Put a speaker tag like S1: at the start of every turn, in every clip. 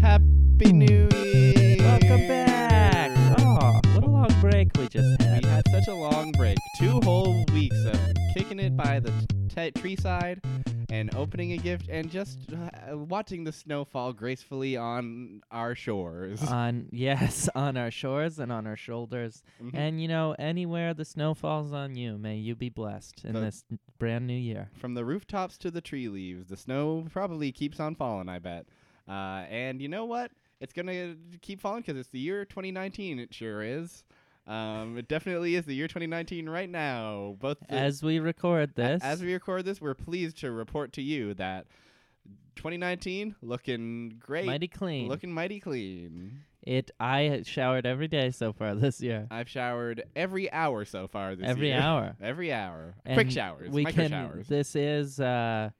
S1: Happy New Year!
S2: Welcome back. Oh, what a long break we just had.
S1: We had such a long break. Two whole weeks of kicking it by the t- tree side and opening a gift and just uh, watching the snow fall gracefully on our shores.
S2: On yes, on our shores and on our shoulders,
S1: Mhm.
S2: and you know anywhere the snow falls on you, may you be blessed in
S1: The-
S2: this n- brand new year.
S1: From the rooftops to the tree leaves, the snow probably keeps on falling, I bet. Uh, and you know what? It's going to keep falling because it's the year 2019. It sure is. Um, it definitely is the year 2019 right now. Both the-
S2: As we record
S1: A-
S2: this,
S1: As we record this, we're pleased to report to you that 2019 looking great,
S2: mighty clean.
S1: looking mighty clean.
S2: it. I had showered every day so far this year.
S1: I've showered every hour so far this
S2: every
S1: year.
S2: hour.
S1: every hour. Quick
S2: And
S1: showers.
S2: We
S1: micro
S2: can.
S1: showers.
S2: This is uh,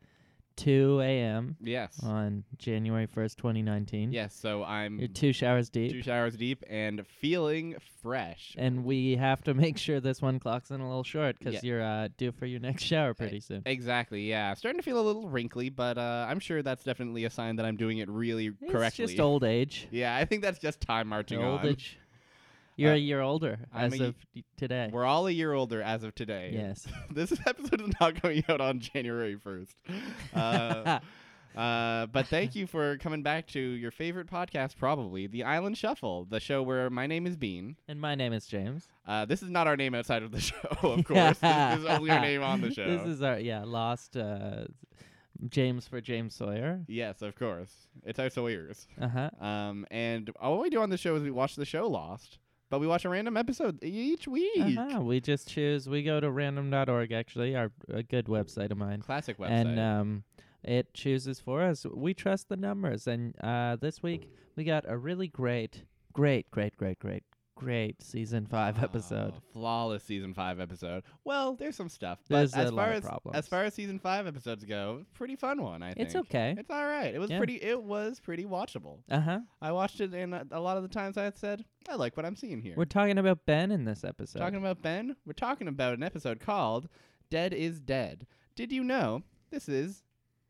S2: 2 a.m.
S1: yes.
S2: on January 1st, 2019.
S1: yes. So I'm
S2: You're two showers deep.
S1: two showers deep and feeling fresh.
S2: and we have to make sure this one clocks in a little short because
S1: Yeah.
S2: you're uh, due for your next shower pretty soon.
S1: Exactly, yeah. Starting to feel a little wrinkly, but uh, I'm sure that's definitely a sign that I'm doing it really correctly.
S2: It's just old age.
S1: yeah, I think that's just time marching
S2: old
S1: on.
S2: age. You're
S1: Uh,
S2: a year older
S1: I'm
S2: as
S1: a ye-
S2: of y- today.
S1: We're all a year older as of today.
S2: Yes.
S1: this episode is not going out on January 1st. Uh, uh, but thank you for coming back to your favorite podcast, probably The Island Shuffle, the show where my name is Bean.
S2: and my name is James.
S1: Uh, this is not our name outside of the show, of course. This is only our name on the show.
S2: This is our yeah lost uh, James for James Sawyer.
S1: yes, of course. It's our Sawyers.
S2: Uh huh.
S1: Um, and all we do on the show is we watch the show Lost, but we watch a random episode each week.
S2: Uh-huh. We just choose. We go to random.org actually, our a good website of mine.
S1: Classic website.
S2: and um, it chooses for us. We trust the numbers, and uh, this week we got a really great, great, great, great, great, great season five episode.
S1: Oh, flawless season five episode. Well, there's some stuff,
S2: There's
S1: but as
S2: a
S1: far
S2: lot of
S1: as
S2: problems.
S1: as far as season five episodes go, pretty fun one. I think
S2: It's okay.
S1: It's all right. It was
S2: Yeah.
S1: pretty. It was pretty watchable.
S2: Uh huh.
S1: I watched it, and uh, a- a lot of the times I said, "I like what I'm seeing here."
S2: We're talking about Ben in this episode.
S1: talking about Ben. We're talking about an episode called "Dead Is Dead." Did you know this is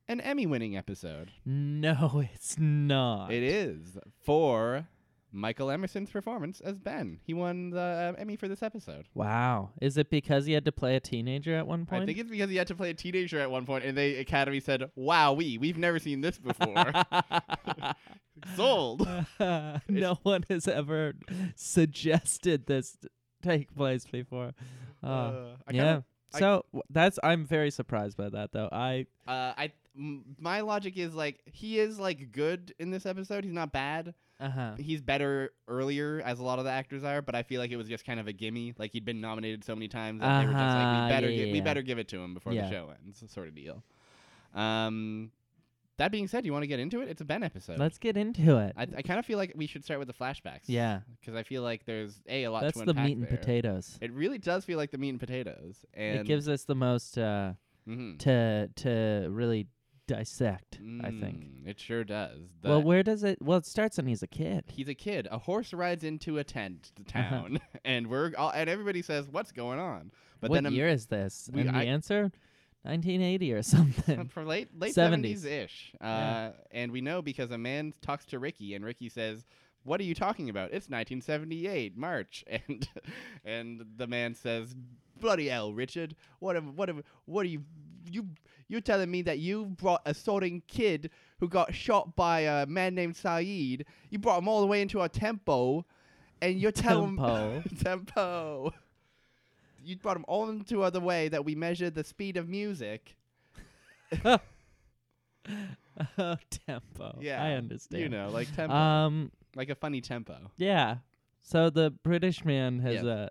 S1: an Emmy-winning episode?
S2: no, it's not.
S1: It is for Michael Emerson's performance as Ben. He won the uh, Emmy for this episode.
S2: Wow. Is it because he had to play a teenager at one point?
S1: I think it's because he had to play a teenager at one point, and the Academy said, "Wow, we we've never seen this before." Sold.
S2: no one has ever suggested this take place before. Uh,
S1: Uh, I
S2: yeah.
S1: kinda- I-
S2: so w- that's I'm very surprised by that though. I
S1: uh, I m- my logic is like he is like good in this episode. He's not bad.
S2: uh huh.
S1: He's better earlier, as a lot of the actors are. But I feel like it was just kind of a gimme. Like he'd been nominated so many times that they were just like,
S2: Uh-huh,
S1: "We better
S2: yeah,
S1: gi-
S2: yeah,
S1: we
S2: yeah.
S1: better give it to him before
S2: Yeah.
S1: the show ends," sort of deal. Um, that being said, you want to get into it? It's a Ben episode.
S2: Let's get into it.
S1: I, I kind of feel like we should start with the flashbacks.
S2: yeah,
S1: because I feel like there's a a lot.
S2: that's
S1: to
S2: the
S1: unpack
S2: meat and
S1: there.
S2: potatoes.
S1: It really does feel like the meat and potatoes, and
S2: it gives us the most uh,
S1: Mhm.
S2: to to really dissect. I think.
S1: Mm, it sure does. The-
S2: Well, where does it? Well, it starts when he's a kid.
S1: he's a kid. A horse rides into a tent t-
S2: Uh-huh.
S1: town, and we're all, and everybody says, "What's going on?" But
S2: what
S1: then
S2: year is this?
S1: we-
S2: and the
S1: I-
S2: answer, 1980 or
S1: um,
S2: something.
S1: from late late
S2: 70s.
S1: seventies ish, uh,
S2: Yeah.
S1: and we know because a man talks to Ricky, and Ricky says. What are you talking about? It's 1978, March, and and the man says, "Bloody hell, Richard! What have what have what are you you you telling me that you brought a sorting kid who got shot by a man named Saeed? You brought him all the way into our tempo, and you're telling
S2: Tempo.
S1: tempo. You brought him all into other way that we measure the speed of music.
S2: oh, tempo.
S1: Yeah,
S2: I understand.
S1: You know, like tempo,
S2: Um.
S1: like a funny tempo.
S2: Yeah. So the British man has
S1: Yes.
S2: a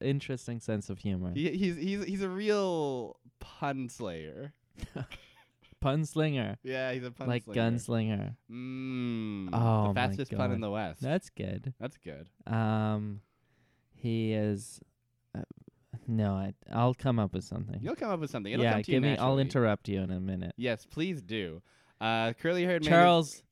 S2: interesting sense of humor.
S1: He, he's he's he's a real pun slayer.
S2: Punslinger,
S1: Yeah, he's a pun
S2: like
S1: slayer.
S2: gunslinger.
S1: Mm, the
S2: Oh, my
S1: fastest pun in
S2: God.
S1: the west.
S2: That's good.
S1: That's good.
S2: Um, he is. Uh, no, I. I'll come up with something.
S1: You'll come up with something. It'll
S2: yeah,
S1: come to you
S2: give me. I'll
S1: naturally.
S2: interrupt you in a minute.
S1: Yes, please do. Uh, curly haired man. is-
S2: Charles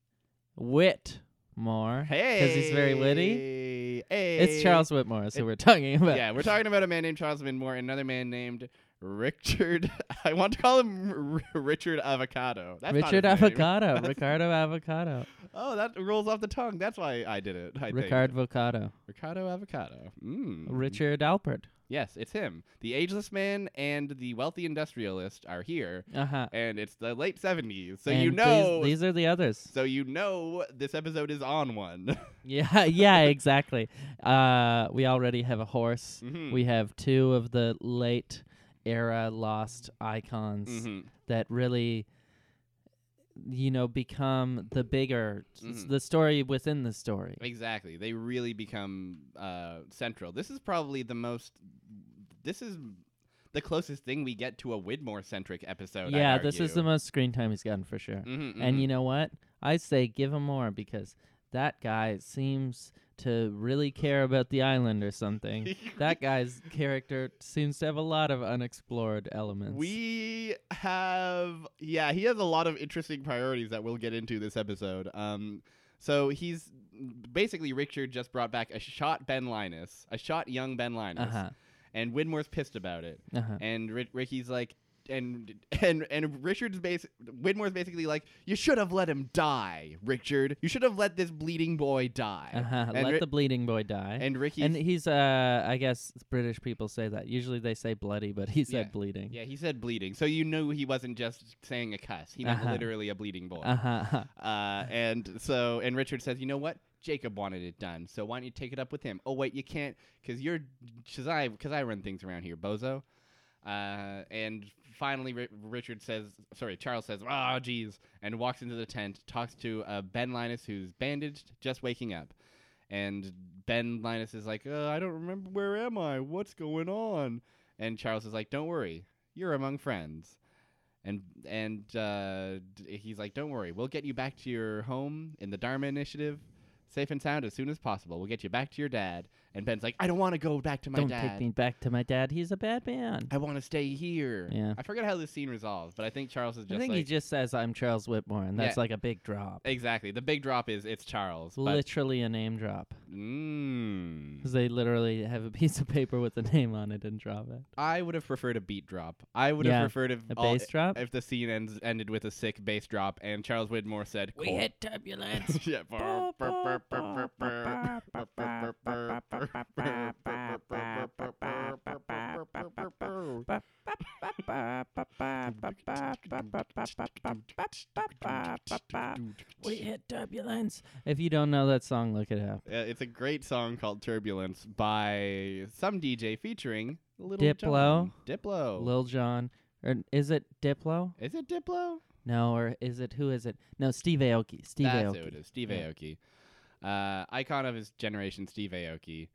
S2: Whitmore.
S1: Hey,
S2: he's very
S1: witty. Hey,
S2: It's Charles Whitmore, so
S1: It-
S2: we're talking about.
S1: Yeah, we're talking about a man named Charles Whitmore and another man named Richard. I want to call him R- Richard Avocado. That's not
S2: Richard
S1: his name.
S2: Avocado.
S1: That's-
S2: Ricardo Avocado.
S1: Oh, that rolls off the tongue. That's why I did it. I
S2: Ricard
S1: Think.
S2: Avocado.
S1: Ricardo Avocado. Mm.
S2: Richard Alpert.
S1: Yes, it's him. The ageless man and the wealthy industrialist are here,
S2: Uh huh.
S1: and it's the late seventies. So
S2: And
S1: you
S2: these-
S1: know.
S2: these, are the others.
S1: so you know this episode is on one.
S2: Yeah, yeah, exactly. Uh, we already have a horse.
S1: Mhm.
S2: We have two of the late era lost icons
S1: Mhm.
S2: that really, you know, become the bigger s-
S1: Mhm.
S2: the story within the story.
S1: Exactly. They really become uh, central. This is probably the most. This is the closest thing we get to a Widmore centric episode.
S2: yeah, this is the most screen time he's gotten for sure.
S1: mm
S2: And you know what? I say give him more because that guy seems to really care about the island or something. that guy's character seems to have a lot of unexplored elements.
S1: We have yeah, he has a lot of interesting priorities that we'll get into this episode. Um so he's basically Richard just brought back a shot Ben Linus, a shot young Ben Linus,
S2: uh huh.
S1: and Widmore's pissed about it.
S2: Uh huh.
S1: And Ri- Ricky's like and and and Richard's base Widmore's basically like you should have let him die, Richard. You should have let this bleeding boy die.
S2: Uh huh.
S1: And
S2: Let
S1: Ri-
S2: the bleeding boy die.
S1: and Ricky
S2: and he's uh I guess British people say that. Usually they say bloody, but he said
S1: Yeah.
S2: bleeding.
S1: yeah, he said bleeding. So you knew he wasn't just saying a cuss. He meant
S2: Uh-huh.
S1: literally a bleeding boy.
S2: Uh huh.
S1: Uh, and so, and Richard says, you know what? Jacob wanted it done, so why don't you take it up with him? Oh wait, you can't, cause you're, cause I, cause I run things around here, bozo. Uh, and finally, Ri Richard says, sorry, Charles says, oh geez, and walks into the tent, talks to uh, Ben Linus, who's bandaged, just waking up, and Ben Linus is like, uh, I don't remember where am I? What's going on? And Charles is like, don't worry, you're among friends and and uh, d- he's like, "Don't worry, we'll get you back to your home in the Dharma Initiative, safe and sound as soon as possible. We'll get you back to your dad." And Ben's like, "I don't want to go back to my
S2: Don't
S1: dad.
S2: take me back to my dad. He's a bad man.
S1: I want to stay here."
S2: Yeah.
S1: I forget how this scene resolves, but I think Charles is just
S2: I think
S1: like
S2: he just says I'm Charles Whitmore, and that's
S1: Yeah.
S2: like a big drop.
S1: exactly. The big drop is it's Charles. But,
S2: Literally a name drop.
S1: mm,
S2: 'Cause they literally have a piece of paper with a name on it and drop it.
S1: I would have preferred a beat drop. I would
S2: Yeah,
S1: have preferred if
S2: A
S1: all-
S2: bass drop?
S1: if the scene ends ended with a sick bass drop and Charles Widmore said, "Cool."
S2: turbulence.
S1: yeah. burp, burp, burp, burp, burp, burp.
S3: We hit turbulence.
S2: if you don't know that song, look it up.
S1: Uh, it's a great song called Turbulence by some DJ featuring Little
S2: Diplo?
S1: John. Diplo.
S2: Lil Jon. Or is it Diplo?
S1: is it Diplo?
S2: No, or is it who is it? No, Steve Aoki. Steve
S1: That's
S2: Aoki.
S1: who it is. Steve
S2: Yeah.
S1: Aoki. Uh, icon of his generation, Steve Aoki.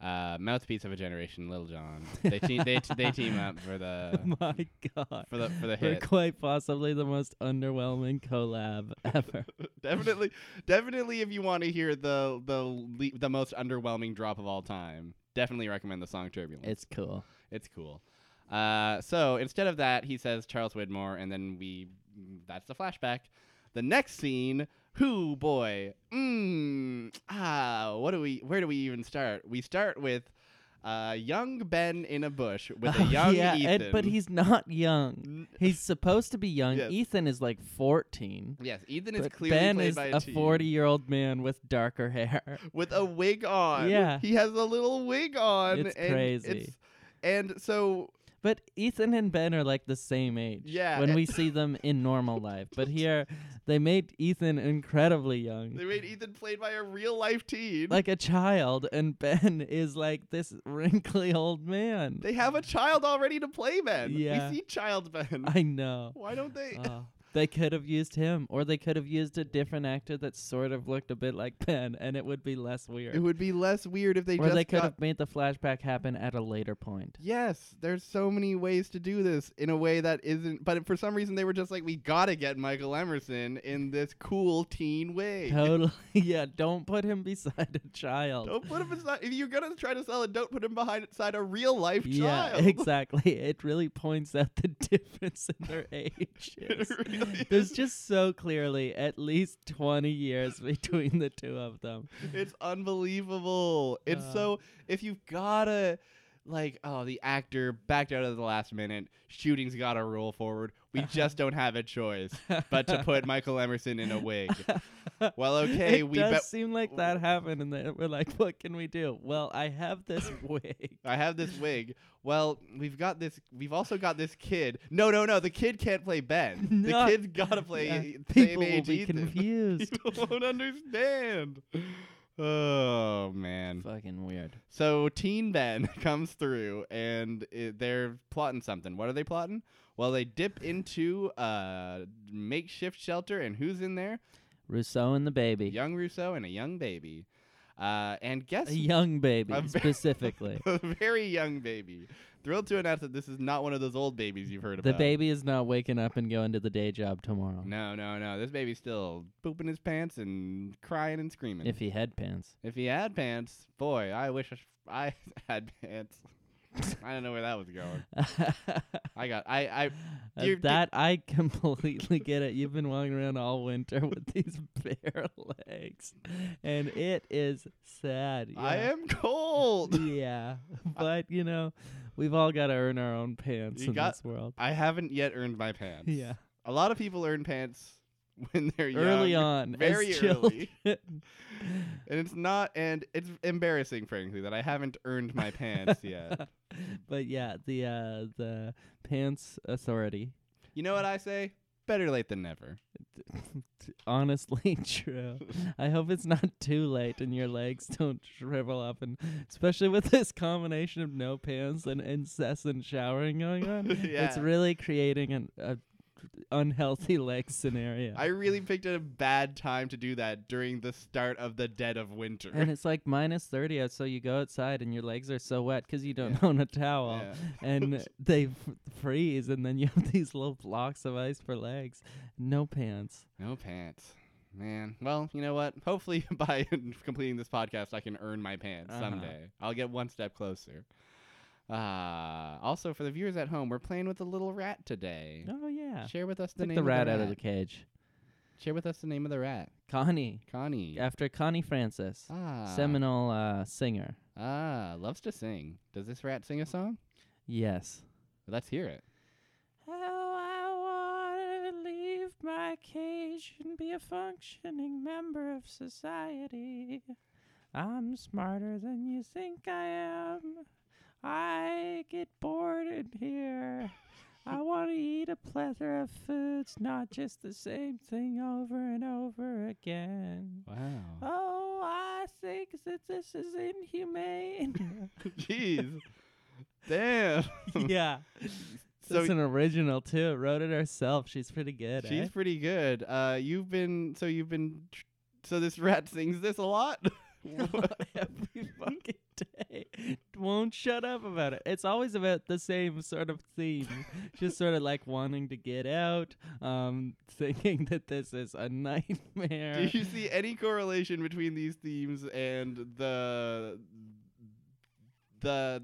S1: Uh, mouthpiece of a generation, Little John. They, te- they, t- they team up for the
S2: My God.
S1: for the for the
S2: They're
S1: hit.
S2: quite possibly the most underwhelming collab ever.
S1: definitely, definitely. If you want to hear the the le- the most underwhelming drop of all time, definitely recommend the song Turbulence.
S2: it's cool.
S1: It's cool. Uh, so instead of that, he says Charles Widmore, and then we that's the flashback. The next scene, who boy, mm, ah, what do we? Where do we even start? We start with uh, young Ben in a bush with a
S2: Oh,
S1: young
S2: yeah,
S1: Ethan.
S2: and- but he's not young.
S1: N-
S2: He's supposed to be young.
S1: Yes.
S2: Ethan is like 14.
S1: yes, Ethan is
S2: But
S1: clearly
S2: ben
S1: played
S2: is
S1: by
S2: a
S1: teen
S2: 40 year old man with darker hair.
S1: with a wig on.
S2: Yeah.
S1: he has a little wig on.
S2: It's
S1: and
S2: crazy.
S1: it's- and so
S2: But Ethan and Ben are like the same age.
S1: Yeah,
S2: When
S1: and-
S2: we see them in normal life. But here, they made Ethan incredibly young.
S1: they made Ethan played by a real life teen.
S2: Like a child, and Ben is like this wrinkly old man.
S1: They have a child already to play Ben.
S2: Yeah.
S1: We see child Ben.
S2: I know.
S1: Why don't they?
S2: Oh, they could have used him, or they could have used a different actor that sort of looked a bit like Ben, and it would be less weird.
S1: it would be less weird if they
S2: or
S1: just
S2: they could
S1: got-
S2: have made the flashback happen at a later point.
S1: Yes, there's so many ways to do this in a way that isn't. But for some reason, they were just like, we gotta get Michael Emerson in this cool teen way.
S2: Totally. Yeah, don't put him beside a child.
S1: Don't put him beside. If you're gonna try to sell it, don't put him behind beside a real life
S2: yeah,
S1: child.
S2: exactly. It really points out the difference in their ages.
S1: really
S2: There's
S1: is.
S2: just so clearly at least 20 years between the two of them.
S1: It's unbelievable. It's
S2: Uh,
S1: so if you've gotta like, oh, the actor backed out at the last minute. Shooting's got to roll forward. We just don't have a choice but to put Michael Emerson in a wig. Well, okay,
S2: it
S1: we
S2: does
S1: bet-
S2: seem like that happened, and then we're like, "What can we do?" Well, I have this wig.
S1: I have this wig. Well, we've got this. We've also got this kid. No, no, no. The kid can't play Ben.
S2: No.
S1: The kid's got to play
S2: Yeah,
S1: same
S2: People will
S1: age
S2: be
S1: Ethan.
S2: confused.
S1: People won't understand. Oh man.
S2: Fucking weird.
S1: So Teen Ben comes through, and it, they're plotting something. What are they plotting? Well, they dip into a makeshift shelter, and who's in there?
S2: Rousseau and the baby.
S1: Young Russo and a young baby. Uh, and guess
S2: A young baby,
S1: A ve-
S2: specifically.
S1: a very young baby. Thrilled to announce that this is not one of those old babies you've heard
S2: the
S1: about.
S2: baby is not waking up and going to the day job tomorrow.
S1: No, no, no. This baby's still pooping his pants and crying and screaming.
S2: If he had pants.
S1: If he had pants, boy, I wish I had pants. I don't know where that was going. I got I I
S2: Uh,
S1: You're-
S2: that I completely get it. You've been walking around all winter with these bare legs, and it is sad.
S1: I
S2: yeah.
S1: am cold.
S2: Yeah, but you know, we've all got to earn our own pants
S1: You
S2: in
S1: got-
S2: this world.
S1: I haven't yet earned my pants.
S2: Yeah,
S1: A lot of people earn pants when they're
S2: early
S1: young,
S2: on,
S1: Very
S2: as
S1: early.
S2: children.
S1: And it's not and it's embarrassing frankly that I haven't earned my pants yet.
S2: but yeah, the uh, the pants authority.
S1: You know what I say? Better late than never.
S2: Honestly, true. I hope it's not too late and your legs don't shrivel up, and especially with this combination of no pants and incessant showering going on, it's
S1: Yeah.
S2: really creating an a unhealthy leg scenario.
S1: I really picked a bad time to do that during the start of the dead of winter.
S2: and it's like minus 30 out so you go outside and your legs are so wet 'cause you don't own a towel
S1: Yeah.
S2: and they f- freeze and then you have these little blocks of ice for legs no pants
S1: No pants. Man. Well, you know what? Hopefully by completing this podcast I can earn my pants
S2: Uh-huh.
S1: someday. I'll get one step closer. Uh, also for the viewers at home, we're playing with a little rat today.
S2: oh yeah
S1: Share with us the
S2: Take
S1: name
S2: the
S1: of
S2: rat,
S1: the rat.
S2: out of the cage
S1: Share with us the name of the rat.
S2: connie
S1: Connie.
S2: after connie francis
S1: Ah.
S2: seminole uh, singer
S1: Ah, loves to sing. Does this rat sing a song?
S2: yes
S1: Let's hear it.
S2: How I want to leave my cage and be a functioning member of society. I'm smarter than you think I am. I get bored in here. I want to eat a plethora of foods, not just the same thing over and over again.
S1: Wow.
S2: Oh, I think that this is inhumane.
S1: Jeez. Damn.
S2: yeah.
S1: So
S2: That's an original too. Wrote it herself. She's pretty good. eh?
S1: she's pretty good. Uh, you've been so you've been tr- so this rat sings this a lot.
S2: eh? every fucking day. Won't shut up about it. It's always about the same sort of theme. Just sort of like wanting to get out, um, thinking that this is a
S1: Do
S2: nightmare.
S1: you see any correlation between these themes and the the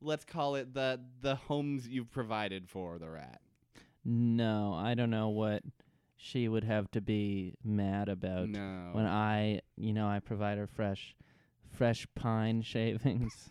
S1: let's call it the the homes you've provided for the rat?
S2: No, I don't know what she would have to be mad about
S1: No.
S2: Oh, when I, you know, I provide her fresh, fresh pine shavings,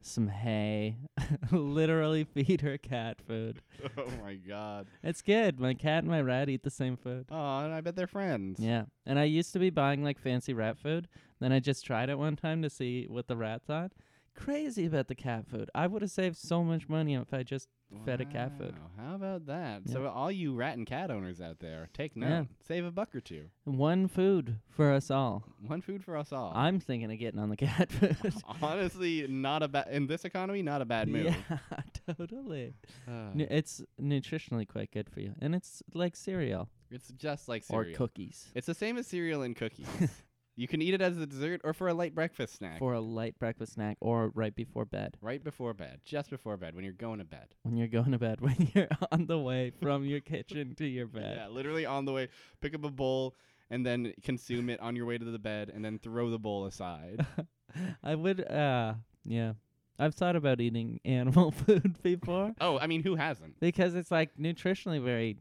S2: some hay, literally feed her cat food.
S1: oh my god.
S2: It's good. My cat and my rat eat the same food.
S1: Oh, and I bet they're friends.
S2: Yeah. And I used to be buying like fancy rat food. Then I just tried it one time to see what the rat thought. Crazy about the cat food. I would have saved so much money if I just fed a cat food.
S1: Wow, How about that?
S2: Yeah.
S1: So all you rat and cat owners out there, take note.
S2: Yeah.
S1: Save a buck or two.
S2: one food for us all.
S1: One food for us all.
S2: I'm thinking of getting on the cat food.
S1: Honestly, not a bad in this economy, not a bad move.
S2: yeah, totally.
S1: Uh,
S2: Nu- it's nutritionally quite good for you, and it's like cereal,
S1: it's just like cereal.
S2: or cookies
S1: it's the same as cereal and cookies. you can eat it as a dessert or for a light breakfast snack.
S2: for a light breakfast snack, or right before bed
S1: right before bed, just before bed, when you're going to bed.
S2: when you're going to bed, when you're on the way from your kitchen to your bed.
S1: Yeah, literally on the way, pick up a bowl and then consume it on your way to the bed, and then throw the bowl aside.
S2: I would uh yeah. I've thought about eating animal food before
S1: oh, I mean, who hasn't?
S2: because it's like nutritionally very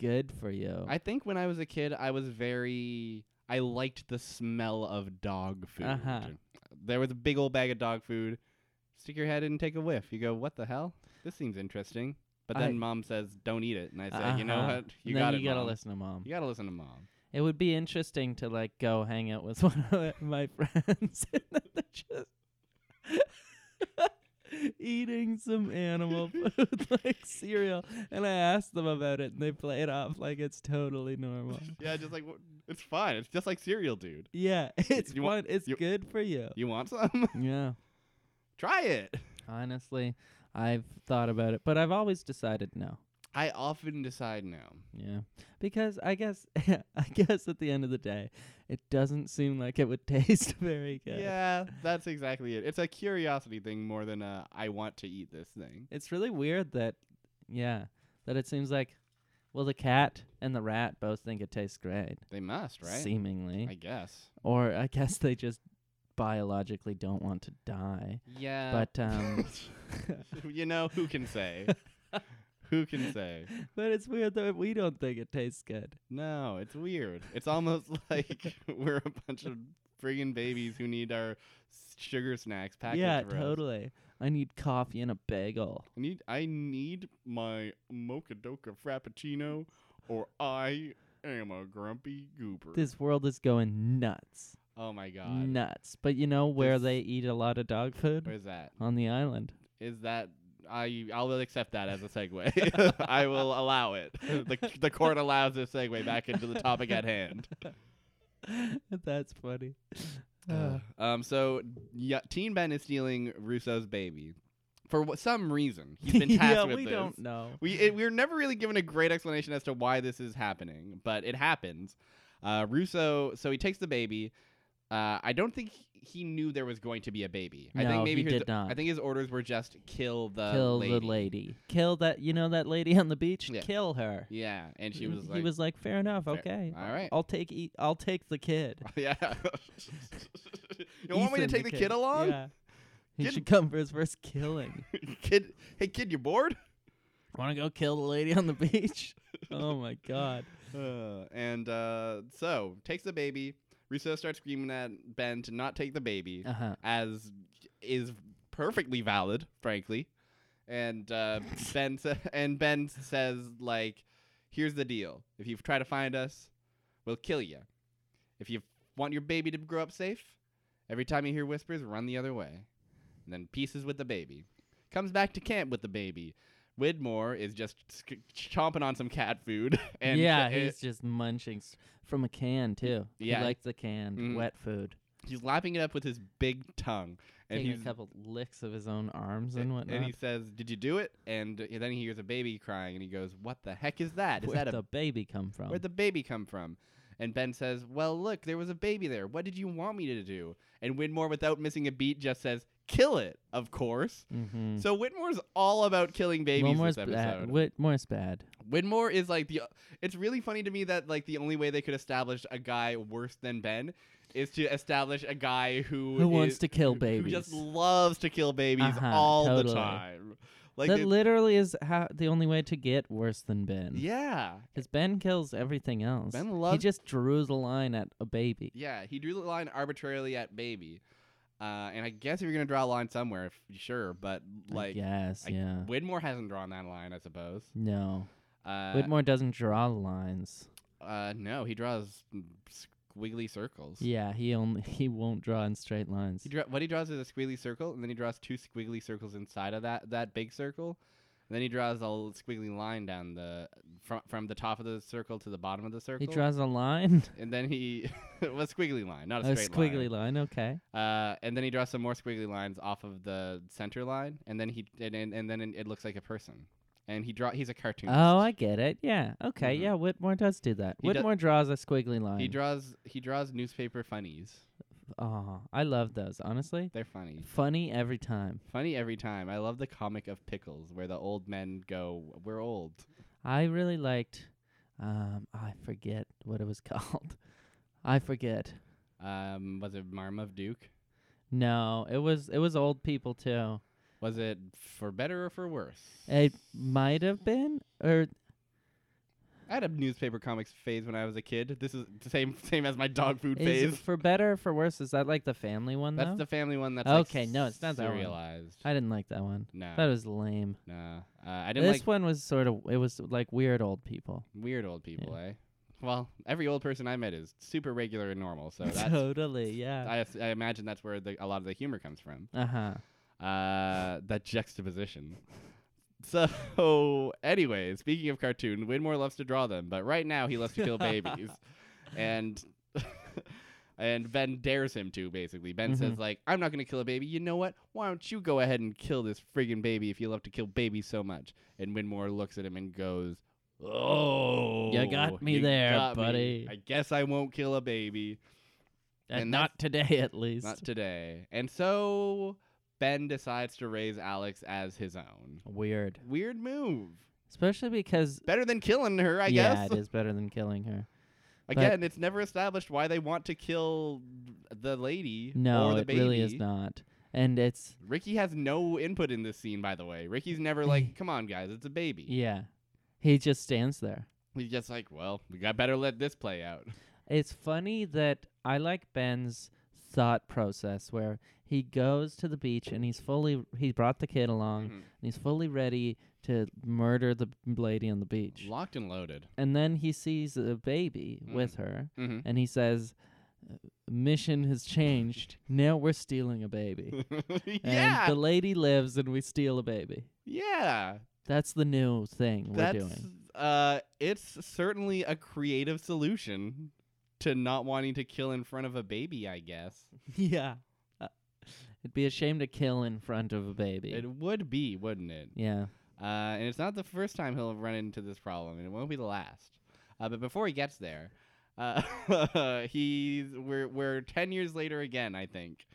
S2: good for you.
S1: I think when I was a kid, I was very. I liked the smell of dog food.
S2: Uh-huh.
S1: There was a big old bag of dog food. stick your head in and take a whiff. You go, what the hell? This seems interesting. But then
S2: I-
S1: mom says, don't eat it. And I say, you know
S2: Uh-huh.
S1: what? You
S2: then
S1: got
S2: you
S1: it,
S2: gotta
S1: Mom.
S2: listen to mom.
S1: You got to listen to mom.
S2: It would be interesting to like go hang out with one of my friends and then they're just eating some animal food like cereal, and I ask them about it, and they play it off like it's totally normal.
S1: Yeah, just like, w- it's fine. It's just like cereal, dude.
S2: Yeah, it's
S1: you
S2: fun.
S1: want-
S2: it's
S1: you-
S2: good for you.
S1: You want some?
S2: Yeah,
S1: Try it.
S2: honestly, I've thought about it, but I've always decided no.
S1: I often decide now.
S2: Yeah, because I guess I guess at the end of the day, it doesn't seem like it would taste very
S1: Yeah.
S2: good.
S1: that's exactly it. It's a curiosity thing more than a I want to eat this thing.
S2: It's really weird that, yeah, that it seems like, well, the cat and the rat both think it tastes great,
S1: They must, right?
S2: seemingly,
S1: I guess.
S2: or I guess they just biologically don't want to die.
S1: Yeah.
S2: but um,
S1: you know, who can say? who can say?
S2: but it's weird that we don't think it tastes good.
S1: No, it's weird. It's almost like we're a bunch of friggin' babies who need our s- sugar snacks packaged
S2: yeah,
S1: for us.
S2: totally. I need coffee and a bagel.
S1: I need I need my mocha doca frappuccino, or I am a grumpy goober.
S2: This world is going nuts,
S1: oh my god,
S2: nuts. But you know where
S1: This-
S2: they eat a lot of dog food
S1: where's that?
S2: on the island.
S1: Is that I? I'll accept that as a segue. I will allow it. The the court allows this segue back into the topic at hand.
S2: That's funny.
S1: Uh, um, so yeah, Teen Ben is stealing Russo's baby for wh- some reason. He's been tasked
S2: yeah,
S1: with
S2: we
S1: this.
S2: don't know.
S1: We it, we were never really given a great explanation as to why this is happening, but it happens. Uh, Russo, so he takes the baby. Uh, I don't think he knew there was going to be a baby. I
S2: No,
S1: think
S2: he
S1: maybe his-
S2: did not.
S1: I think his orders were just kill the
S2: kill
S1: lady.
S2: the lady. Kill that. You know that lady on the beach.
S1: Yeah.
S2: Kill her.
S1: Yeah, and she
S2: Mm,
S1: was
S2: he
S1: like,
S2: was like, fair enough.
S1: "Fair-
S2: Okay.
S1: all right."
S2: I'll take. E- I'll take the kid.
S1: yeah. you want me to
S2: Ethan
S1: take the kid, along?
S2: Yeah. He
S1: Kid-
S2: should come for his first killing.
S1: kid, hey kid, you bored?
S2: Want to go kill the lady on the beach? oh my god.
S1: Uh, and uh, so takes the baby. Russo starts screaming at Ben to not take the baby.
S2: Uh huh.
S1: as is perfectly valid, frankly. And uh, Ben sa- and Ben says like, "Here's the deal: if you try to find us, we'll kill you. If you want your baby to grow up safe, every time you hear whispers, run the other way." And then pieces with the baby. Comes back to camp with the baby. Widmore is just sc- chomping on some cat food. And
S2: yeah,
S1: uh,
S2: he's just munching s- from a can too.
S1: yeah.
S2: He likes the canned
S1: Mm.
S2: wet food.
S1: he's lapping it up with his big tongue. And
S2: Taking a
S1: he's
S2: couple licks of his own arms and
S1: A-
S2: whatnot.
S1: he says, "Did you do it?" And uh, then he hears a baby crying, and he goes, "What the heck is that? Is
S2: Where'd
S1: that a
S2: the baby come from?
S1: where'd the baby come from?" And Ben says, "Well, look, there was a baby there. What did you want me to do?" And Whitmore, without missing a beat, just says, "Kill it, of course."
S2: mm-hmm.
S1: So Whitmore's all about killing babies
S2: Wilmore's
S1: this episode.
S2: bad. Whitmore's bad.
S1: Whitmore is like the. It's really funny to me that like the only way they could establish a guy worse than Ben is to establish a guy who
S2: Who wants
S1: is-
S2: to kill
S1: who
S2: babies?
S1: just loves to kill babies
S2: Uh-huh,
S1: all the
S2: totally.
S1: time. Like
S2: that
S1: it-
S2: literally is how the only way to get worse than Ben.
S1: Yeah.
S2: Because Ben kills everything else.
S1: Ben loves-
S2: He just drew the line at a baby.
S1: Yeah. He drew the line arbitrarily at baby. Uh, and I guess if you're going to draw a line somewhere, if, sure. But, like,
S2: yes,
S1: I-
S2: yeah.
S1: Widmore hasn't drawn that line, I suppose.
S2: No,
S1: Uh,
S2: Whitmore doesn't draw lines.
S1: Uh, no, he draws squiggly circles.
S2: Yeah, he only he won't draw in straight lines.
S1: He draw, what he draws is a squiggly circle, and then he draws two squiggly circles inside of that, that big circle. And then he draws a l- squiggly line down the from from the top of the circle to the bottom of the circle.
S2: he draws a line,
S1: and then he well, squiggly line, not
S2: a
S1: a straight line.
S2: squiggly line. Okay,
S1: Uh, and then he draws some more squiggly lines off of the center line, and then he and, and, and then it looks like a person. And he draw he's a cartoonist.
S2: oh, I get it. Yeah, okay,
S1: Mhm.
S2: yeah. Whitmore does do that.
S1: He do-
S2: Whitmore draws a squiggly line.
S1: he draws he draws newspaper funnies.
S2: oh, I love those. Honestly,
S1: They're funny,
S2: funny every time.
S1: funny every time. I love the comic of pickles where the old men go, "We're old."
S2: I really liked. Um, I forget what it was called. I forget.
S1: Um, was it Marmav Duke?
S2: No, it was it was old people too.
S1: Was it for better or for worse?
S2: It might have been, or
S1: I had a newspaper comics phase when I was a kid. This is the same same as my dog food
S2: Is-
S1: phase.
S2: for better or for worse, is that like the family one
S1: That's
S2: though?
S1: the family one. That's like,
S2: Okay, no, it's not that one.
S1: serialized.
S2: I didn't like that one.
S1: No,
S2: That was lame.
S1: no. Uh, I didn't
S2: This
S1: like
S2: one was sort of it was like weird old people.
S1: weird old people, eh? Well, every old person I met is super regular and normal, so Oh, that's.
S2: totally, yeah.
S1: I, I imagine that's where the, a lot of the humor comes from.
S2: Uh huh.
S1: uh, that juxtaposition. So, anyway, speaking of cartoon, Widmore loves to draw them, but right now he loves to kill babies, and and Ben dares him to. Basically, Ben
S2: Mm-hmm.
S1: says like, "I'm not going to kill a baby. You know what? Why don't you go ahead and kill this friggin' baby if you love to kill babies so much?" And Widmore looks at him and goes, "Oh,
S2: got me there,
S1: got me.
S2: buddy."
S1: I guess I won't kill a baby."
S2: And,
S1: And
S2: not today, at least.
S1: Not today. And so Ben decides to raise Alex as his own.
S2: Weird,
S1: Weird move.
S2: especially because
S1: Better than killing her, I
S2: yeah,
S1: guess.
S2: it is better than killing her. but-
S1: Again, it's never established why they want to kill the lady
S2: No,
S1: or the
S2: it
S1: baby.
S2: really is not. And it's
S1: Ricky has no input in this scene, by the way. Ricky's never like, "Come on, guys, it's a baby."
S2: yeah, he just stands there.
S1: He's just like, "Well, we got better let this play out."
S2: It's funny that I like Ben's thought process where he goes to the beach and he's fully he brought the kid along
S1: Mhm.
S2: and he's fully ready to murder the lady on the beach.
S1: Locked and loaded.
S2: and then he sees a baby
S1: Mm.
S2: with her
S1: Mhm.
S2: and he says "Uh, mission has changed now we're stealing a baby
S1: yeah,
S2: and the lady lives and we steal a baby
S1: yeah.
S2: that's the new thing
S1: That's
S2: we're doing
S1: uh, it's certainly a creative solution to not wanting to kill in front of a baby. I guess
S2: yeah Uh, it'd be a shame to kill in front of a baby
S1: it would be, wouldn't it?
S2: yeah
S1: Uh, and it's not the first time he'll run into this problem, and it won't be the last. Uh, but before he gets there, uh, he's we're we're ten years later again, I think,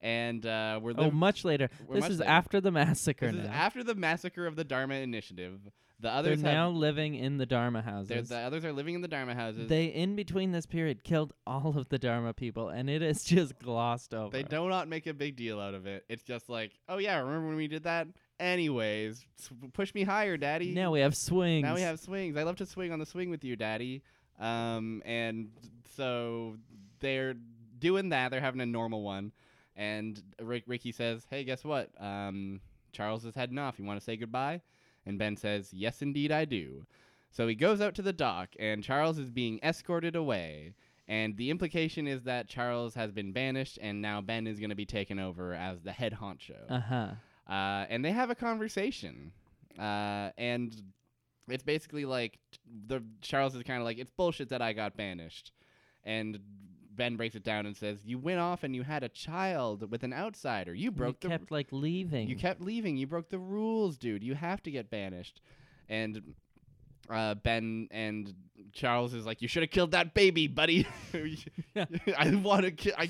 S1: and uh, we're
S2: oh
S1: liv-
S2: much later
S1: we're
S2: this
S1: much
S2: is
S1: later.
S2: after the massacre
S1: this is
S2: now
S1: after the massacre of the Dharma Initiative. The
S2: they're
S1: others have-
S2: now living in the dharma
S1: they're-
S2: houses
S1: the others are living in the Dharma houses.
S2: they in between this period killed all of the dharma people and it is just glossed over
S1: They do not make a big deal out of it. It's just like, oh yeah, remember when we did that? Anyways, s- push me higher, daddy.
S2: now we have swings
S1: now we have swings. I love to swing on the swing with you, daddy. Um, and so they're doing that. They're having a normal one, and Rick, Ricky says, "Hey, guess what? Um, Charles is heading off. You want to say goodbye?" And Ben says, "Yes, indeed, I do." So he goes out to the dock, and Charles is being escorted away. And the implication is that Charles has been banished, and now Ben is going to be taken over as the head honcho.
S2: Uh huh.
S1: Uh, and they have a conversation. Uh, and it's basically like t- the Charles is kind of like, it's bullshit that I got banished. And Ben breaks it down and says, You went off and you had a child with an outsider. You broke
S2: you
S1: the
S2: kept like leaving.
S1: you kept leaving. You broke the rules, dude. You have to get banished. And uh, Ben and Charles is like, you should have killed that baby, buddy. I want to. Ki- I,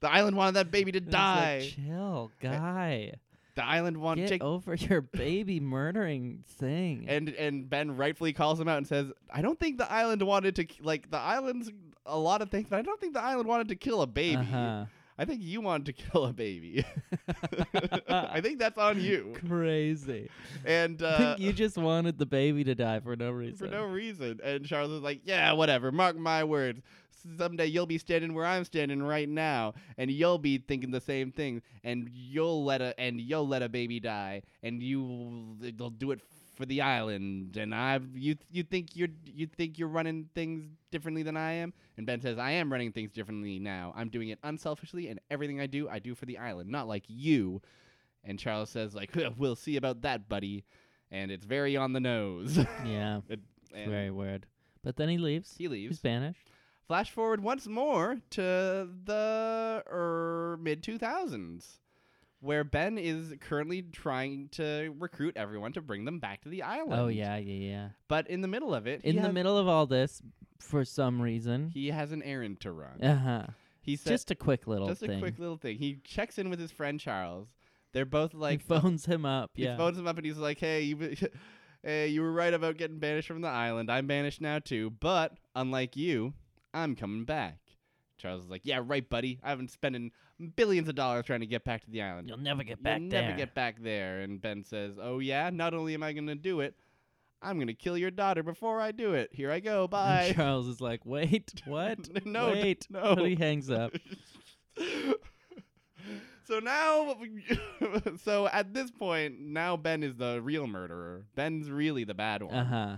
S1: the island wanted that baby to
S2: And it's like,
S1: die. Eh,
S2: Chill, guy.
S1: the island wanted.
S2: Get
S1: Jake-
S2: over your baby murdering thing.
S1: and and Ben rightfully calls him out and says, "I don't think the island wanted to k- like the island's a lot of things, but I don't think the island wanted to kill a baby.
S2: Uh-huh.
S1: I think you wanted to kill a baby. I think that's on you."
S2: Crazy.
S1: And
S2: I
S1: uh,
S2: think you just wanted the baby to die for no
S1: for
S2: reason.
S1: no reason. And Charles is like, "Yeah, whatever. Mark my words. Someday you'll be standing where I'm standing right now, and you'll be thinking the same thing, and you'll let a and you'll let a baby die, and you they'll do it." For the island, and I, you, you think you're, you think you're running things differently than I am. And Ben says, I am running things differently now. I'm doing it unselfishly, and everything I do, I do for the island, not like you. And Charles says, like, we'll see about that, buddy. And it's very on the nose.
S2: yeah,
S1: And
S2: very weird. But then he leaves.
S1: he
S2: He's
S1: leaves.
S2: banished.
S1: Flash forward once more to the er, mid 2000s, where Ben is currently trying to recruit everyone to bring them back to the island.
S2: Oh yeah, yeah, yeah.
S1: But in the middle of it, he
S2: In the
S1: has-
S2: middle of all this, for some reason,
S1: he has an errand to run.
S2: uh huh.
S1: He says
S2: Just a quick little
S1: just a
S2: thing.
S1: quick little thing. He checks in with his friend Charles. They're both like uh,
S2: he phones him up.
S1: He
S2: Yeah.
S1: phones him up and he's like, "Hey, you, be- hey, you were right about getting banished from the island. I'm banished now too, but unlike you, I'm coming back." Charles is like, "Yeah, right, buddy. I've been spending billions of dollars trying to get back to the island.
S2: You'll never get
S1: You'll
S2: back
S1: never
S2: there.
S1: get back there." And Ben says, "Oh yeah, not only am I going to do it, I'm gonna kill your daughter before I do it. Here I go. Bye.
S2: And Charles is like, wait, what?
S1: no, d-
S2: wait.
S1: no.
S2: But he hangs up.
S1: so now, so at this point, now Ben is the real murderer. Ben's really the bad one.
S2: Uh huh.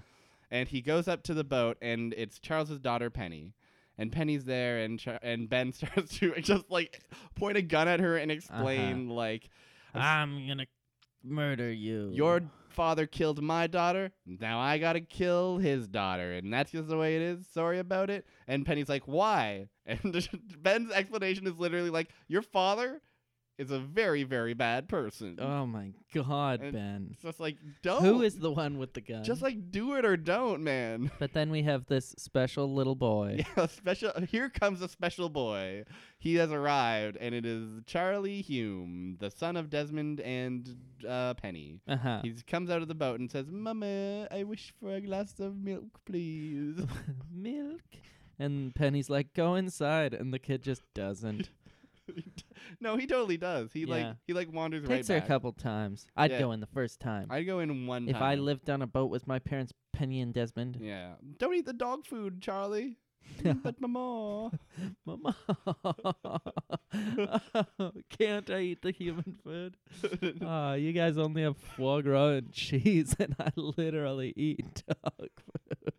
S1: And he goes up to the boat, and it's Charles's daughter, Penny. And Penny's there, and Char- and Ben starts to just like point a gun at her and explain like
S2: I'm gonna murder you.
S1: your father killed my daughter. Now I gotta kill his daughter, and that's just the way it is. Sorry about it. And Penny's like, why? And Ben's explanation is literally like, your father is a very, very bad person.
S2: Oh my God,
S1: And-
S2: Ben.
S1: It's just like, don't.
S2: Who is the one with the gun?
S1: Just like, do it or don't, man.
S2: But then we have this special little boy.
S1: Yeah, special. Here comes a special boy. He has arrived, and it is Charlie Hume, the son of Desmond and uh, Penny.
S2: Uh huh.
S1: He comes out of the boat and says, Mama, I wish for a glass of milk, please.
S2: Milk. And Penny's like, go inside. And the kid just doesn't.
S1: no, he totally does. He like
S2: Yeah.
S1: he like wanders
S2: Takes
S1: right
S2: her a
S1: back.
S2: couple times. I'd
S1: Yeah.
S2: go in the first time.
S1: I'd go in one
S2: if
S1: time.
S2: I lived on a boat with my parents, Penny and Desmond.
S1: Yeah. Don't eat the dog food, Charlie. "Mm, but Mama.
S2: Mama. Can't I eat the human food? Ah, you guys only have foie gras and cheese, and I literally eat dog food.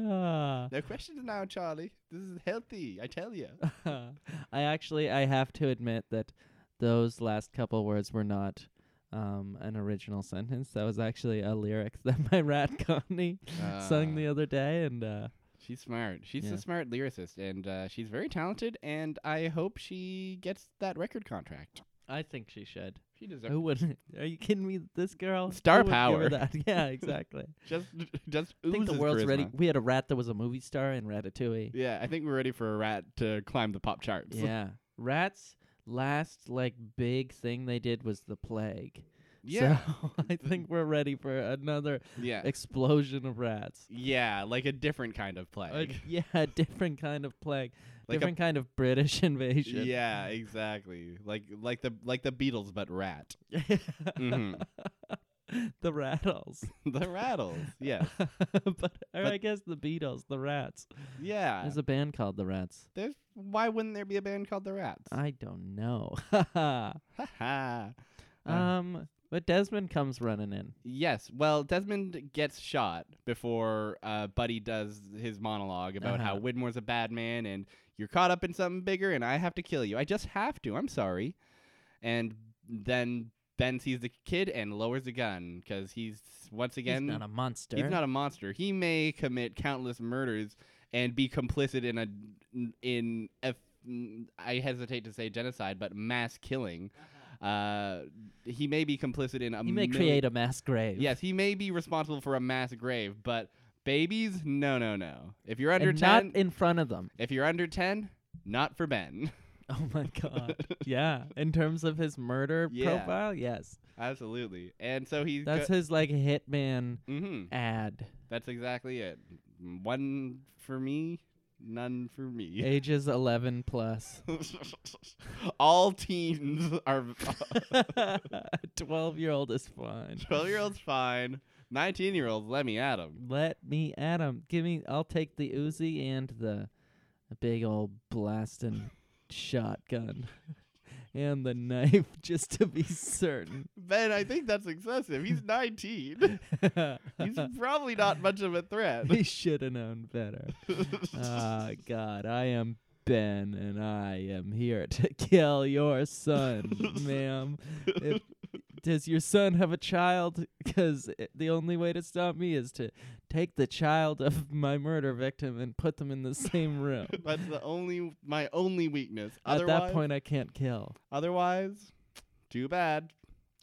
S2: Ah.
S1: no questions now, Charlie. This is healthy, I tell you.
S2: I actually I have to admit that those last couple words were not um, an original sentence. That was actually a lyric that my rat Connie sung
S1: Ah.
S2: the other day, and uh,
S1: She's smart. She's
S2: Yeah.
S1: a smart lyricist, and uh, she's very talented. And I hope she gets that record contract.
S2: I think she should.
S1: She deserves
S2: Who wouldn't? Are you kidding me? This girl, Who
S1: Star
S2: would give her
S1: power.
S2: that? Yeah, exactly.
S1: just just.
S2: I think the
S1: oozes
S2: world's ready.
S1: charisma.
S2: We had a rat that was a movie star in Ratatouille.
S1: Yeah, I think we're ready for a rat to climb the pop charts.
S2: Yeah, rats. Last like big thing they did was the plague.
S1: yeah,
S2: So I think we're ready for another
S1: yeah,
S2: explosion of rats.
S1: yeah. Like a different kind of plague.
S2: Like, yeah, a different kind of plague,
S1: Like a-
S2: different kind of British invasion.
S1: yeah, exactly. Like like the like the Beatles, but rat. Mhm.
S2: the rattles.
S1: the Rattles. Yeah,
S2: but, or I guess the Beatles, the Rats.
S1: yeah.
S2: There's a band called the Rats.
S1: There's why wouldn't there be a band called the Rats?
S2: I don't know.
S1: Ha ha. Uh,
S2: um, but Desmond comes running in.
S1: Yes. Well, Desmond gets shot before uh, Buddy does his monologue about how
S2: Uh-huh.
S1: Widmore's a bad man and you're caught up in something bigger and I have to kill you. I just have to. I'm sorry. And then Ben sees the kid and lowers the gun because he's, once again,
S2: he's not a monster.
S1: he's not a monster. He may commit countless murders and be complicit in a, in a, I hesitate to say genocide, but mass killing. Uh, he may be complicit in a
S2: Uh-huh. he may
S1: million-
S2: create a mass grave.
S1: Yes, he may be responsible for a mass grave, but babies, no, no, no. If you're under
S2: and
S1: ten,
S2: not in front of them.
S1: if you're under ten, not for Ben.
S2: Oh my god. yeah. In terms of his murder
S1: Yeah.
S2: profile, yes.
S1: Absolutely. And so he.
S2: That's his like hitman
S1: hmm
S2: ad.
S1: That's exactly it. One for me, none for me.
S2: Ages 11 plus.
S1: All teens are.
S2: 12 year old is fine.
S1: Twelve-year-olds fine. Nineteen-year-olds, let me at 'em.
S2: Let me at 'em. Give me, I'll take the Uzi and the big old blasting shotgun and the knife just to be certain.
S1: Ben, I think that's excessive. He's nineteen. He's probably not much of a threat.
S2: he should have known better. Ah, God, I am Ben, and I am here to kill your son, ma'am. If, does your son have a child? Because the only way to stop me is to take the child of my murder victim and put them in the same room.
S1: That's the only my only weakness.
S2: At
S1: Otherwise,
S2: that point, I can't kill.
S1: otherwise, too bad.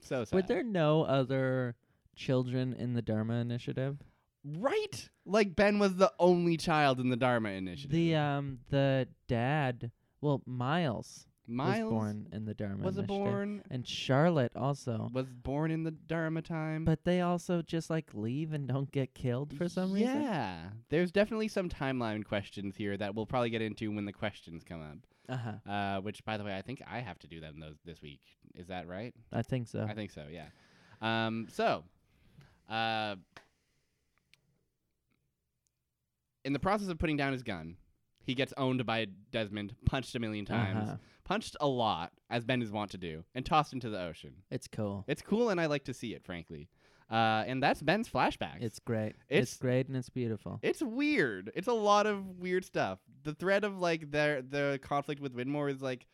S1: So sad.
S2: Were there no other children in the Dharma Initiative?
S1: right? Like Ben was the only child in the Dharma Initiative.
S2: The um the dad, well Miles,
S1: Miles
S2: was born in the Dharma
S1: was a
S2: Initiative.
S1: born
S2: and Charlotte also.
S1: was born in the Dharma time.
S2: But they also just like leave and don't get killed for some reason.
S1: yeah, there's definitely some timeline questions here that we'll probably get into when the questions come up.
S2: Uh huh.
S1: Uh, which, by the way, I think I have to do them those this week. Is that right?
S2: I think so.
S1: I think so. Yeah. Um, so, uh, in the process of putting down his gun, he gets owned by Desmond, punched a million times,
S2: Uh-huh.
S1: punched a lot, as Ben is wont to do, and tossed into the ocean.
S2: It's cool.
S1: It's cool, and I like to see it, frankly. Uh, and that's Ben's flashback.
S2: It's great.
S1: It's-
S2: it's great and it's beautiful.
S1: It's weird. It's a lot of weird stuff. The thread of like their the conflict with Winmore is like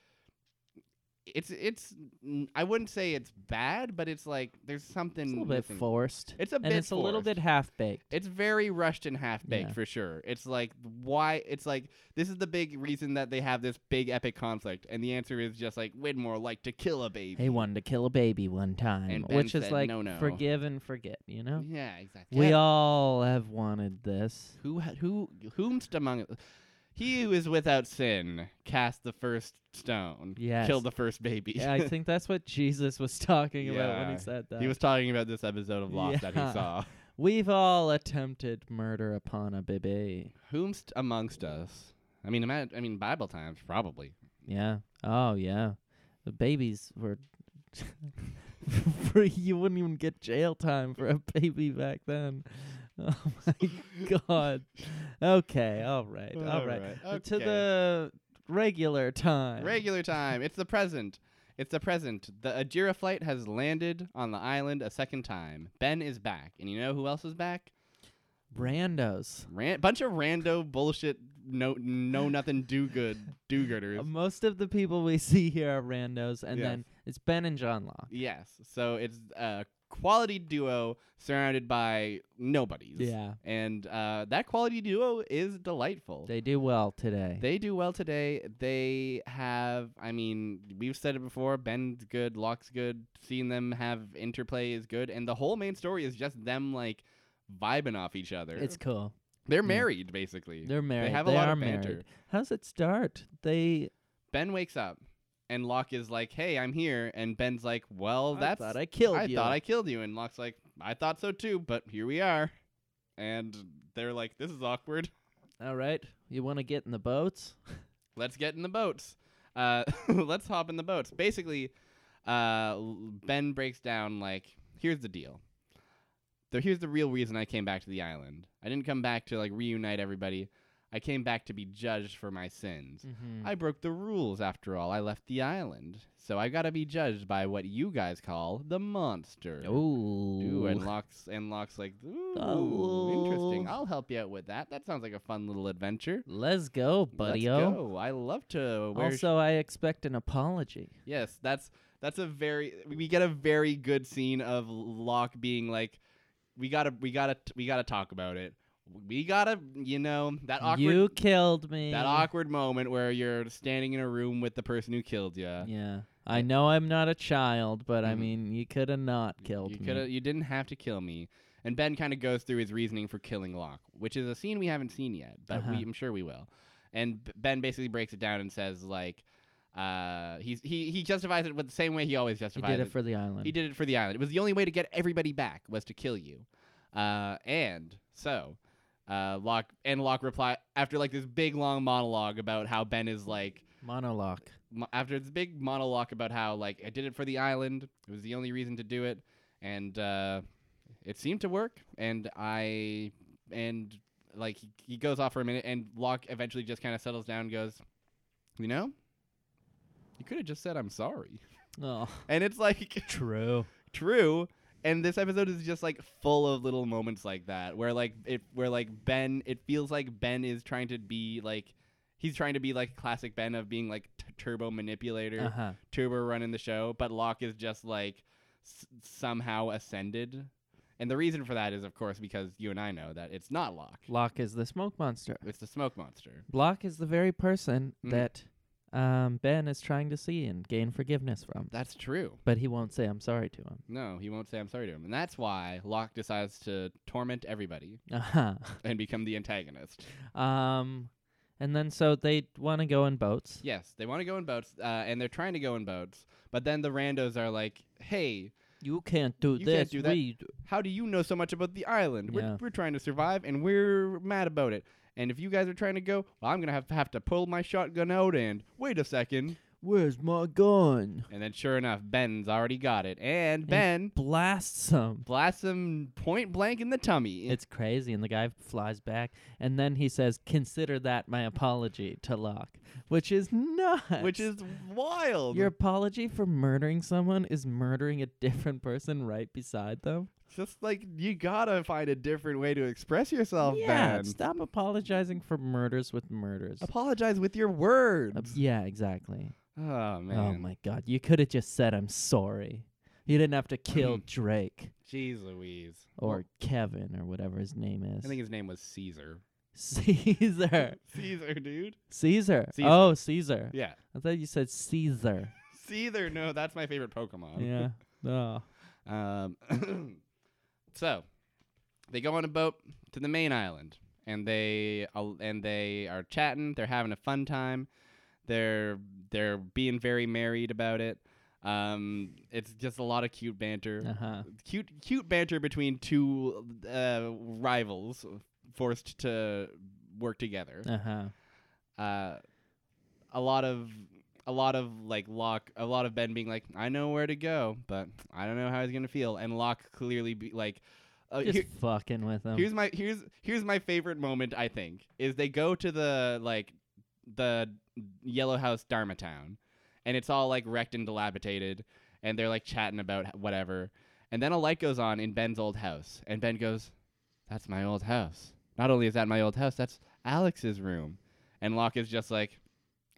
S1: it's it's n- I wouldn't say it's bad, but it's like there's something
S2: It's a little bit
S1: missing.
S2: forced.
S1: It's a bit
S2: and it's a little
S1: forced.
S2: bit half baked.
S1: It's very rushed and half baked
S2: Yeah.
S1: for sure. It's like why it's like this is the big reason that they have this big epic conflict and the answer is just like Widmore liked to kill a baby.
S2: He wanted to kill a baby one time,
S1: And Ben
S2: which is
S1: said,
S2: like
S1: "No, no."
S2: forgive and forget, you know?
S1: Yeah, exactly.
S2: We all have wanted this.
S1: who ha- who whomst among he who is without sin cast the first stone
S2: Yes.
S1: killed the first baby
S2: Yeah, I think that's what Jesus was talking about when
S1: Yeah.
S2: he said that.
S1: he was talking about this episode of lost that he
S2: Yeah.
S1: saw
S2: We've all attempted murder upon a baby.
S1: whomst amongst us i mean ima- i mean bible times probably
S2: Yeah. Oh yeah. The babies were free. You wouldn't even get jail time for a baby back then. Oh my god. Okay. All right. All right.
S1: Alright,
S2: To
S1: okay.
S2: the regular time.
S1: regular time it's the present it's the present. The Ajira flight has landed on the island a second time. Ben is back. And you know who else is back?
S2: Brandos.
S1: Ran- bunch of rando bullshit, no, no nothing, do good, do
S2: Uh,
S1: gooders.
S2: Most of the people we see here are randos, and
S1: Yes.
S2: then it's Ben and John Locke.
S1: Yes. So it's a quality duo surrounded by nobodies.
S2: Yeah.
S1: And uh, that quality duo is delightful. They-
S2: They do well today.
S1: do well today. They have, I mean, we've said it before. Ben's good, Locke's good. Seeing them have interplay is good, and the whole main story is just them like vibing off each other.
S2: it's cool.
S1: They're married, basically.
S2: They're married.
S1: have a lot
S2: are
S1: of banter.
S2: married. How's it start? They.
S1: ben wakes up, and Locke is like, "Hey, I'm here," and Ben's like, "Well,
S2: I
S1: that's
S2: thought I killed
S1: I
S2: you.
S1: thought I killed you. And Locke's like, I thought so too, but here we are. And they're like, this is awkward.
S2: All right. You want to get in the boats?
S1: Let's get in the boats. Uh, let's hop in the boats. Basically, uh, l- Ben breaks down like, here's the deal. So here's the real reason I came back to the island. I didn't come back to like reunite everybody. I came back to be judged for my sins.
S2: Mm-hmm.
S1: I broke the rules after all. I left the island. So I gotta be judged by what you guys call the monster.
S2: Ooh.
S1: Ooh, and Locke's and Locke's like, ooh, interesting.
S2: Oh.
S1: I'll help you out with that. That sounds like a fun little adventure.
S2: Let's go, buddy.
S1: Let's go. I love to wear. sh-
S2: Also, I expect an apology.
S1: yes, that's that's a very we get a very good scene of Locke being like, we gotta we gotta we gotta talk about it. We gotta you know that awkward
S2: You killed me.
S1: that awkward moment where you're standing in a room with the person who killed you.
S2: Yeah. I know I'm not a child, but I
S1: Mhm.
S2: mean, you could have not killed
S1: You
S2: me.
S1: could you didn't have to kill me. And Ben kind of goes through his reasoning for killing Locke, which is a scene we haven't seen yet, but
S2: Uh-huh.
S1: we, I'm sure we will. And B- Ben basically breaks it down and says like, uh, he's he he justifies it with the same way he always
S2: He
S1: justifies
S2: did it for the island.
S1: he did it for the island. It was the only way to get everybody back was to kill you. Uh, and so, uh, Locke and Locke reply after like this big long monologue about how Ben is like
S2: Monologue.
S1: mo- after this big monologue about how like I did it for the island, it was the only reason to do it, and uh, it seemed to work. And I and like he, he goes off for a minute, and Locke eventually just kind of settles down, and goes, you know, you could have just said I'm sorry,
S2: Oh.
S1: and it's like
S2: True.
S1: true. And this episode is just like full of little moments like that, where like it, where like Ben, it feels like Ben is trying to be like, he's trying to be like classic Ben of being like t- turbo manipulator,
S2: Uh huh.
S1: Tuber running the show, but Locke is just like s- somehow ascended. And the reason for that is, of course, because you and I know that it's not Locke.
S2: Locke is the smoke monster.
S1: It's the smoke monster.
S2: Locke is the very person
S1: Mhm.
S2: that um, Ben is trying to see and gain forgiveness from.
S1: That's true.
S2: But he won't say I'm sorry to him.
S1: No, he won't say I'm sorry to him. And that's why Locke decides to torment everybody
S2: Uh
S1: and become the antagonist.
S2: huh. Um, and then so they want to go in boats.
S1: Yes, they want to go in boats, uh, and they're trying to go in boats, but then the randos are like, hey,
S2: You can't do
S1: You
S2: this.
S1: can't do that.
S2: We
S1: how do you know so much about the island? We're,
S2: Yeah.
S1: we're trying to survive, and we're mad about it. And if you guys are trying to go, well, I'm gonna have to have to pull my shotgun out. And wait a second,
S2: Where's my gun?
S1: And then sure enough, Ben's already got it. And Ben
S2: Blast some.
S1: blasts him point blank in the tummy.
S2: It's crazy. And the guy flies back. And then he says, Consider that my apology to Locke, which is nuts.
S1: which is wild.
S2: Your apology for murdering someone is murdering a different person right beside them?
S1: just like you gotta find a different way to express yourself,
S2: yeah.
S1: Ben.
S2: Stop apologizing for murders with murders.
S1: Apologize with your
S2: Uh,
S1: words.
S2: yeah, exactly.
S1: oh man.
S2: Oh my god. You could have just said I'm sorry. You didn't have to kill Drake
S1: Jeez Louise. Mm.
S2: or
S1: Well,
S2: Kevin or whatever his name is.
S1: I think his name was Caesar.
S2: Caesar.
S1: Caesar, dude.
S2: Caesar.
S1: Caesar.
S2: Oh, Caesar.
S1: Yeah.
S2: I thought you said Caesar.
S1: Caesar, no, that's my favorite Pokemon.
S2: yeah. Oh.
S1: Um, so they go on a boat to the main island, and they al- and they are chatting. They're having a fun time. They're they're being very married about it. Um, it's just a lot of cute banter,
S2: Uh-huh.
S1: cute cute banter between two uh, rivals forced to work together.
S2: Uh-huh.
S1: Uh, a lot of a lot of like Locke, a lot of Ben being like, I know where to go, but I don't know how he's gonna feel, and Locke clearly be like, uh,
S2: Just
S1: here-
S2: fucking with him.
S1: here's my here's here's my favorite moment. I think is they go to the like the Yellow House Dharma Town, and it's all like wrecked and dilapidated, and they're like chatting about h- whatever, and then a light goes on in Ben's old house, and Ben goes, "That's my old house. Not only is that my old house, that's Alex's room," and Locke is just like,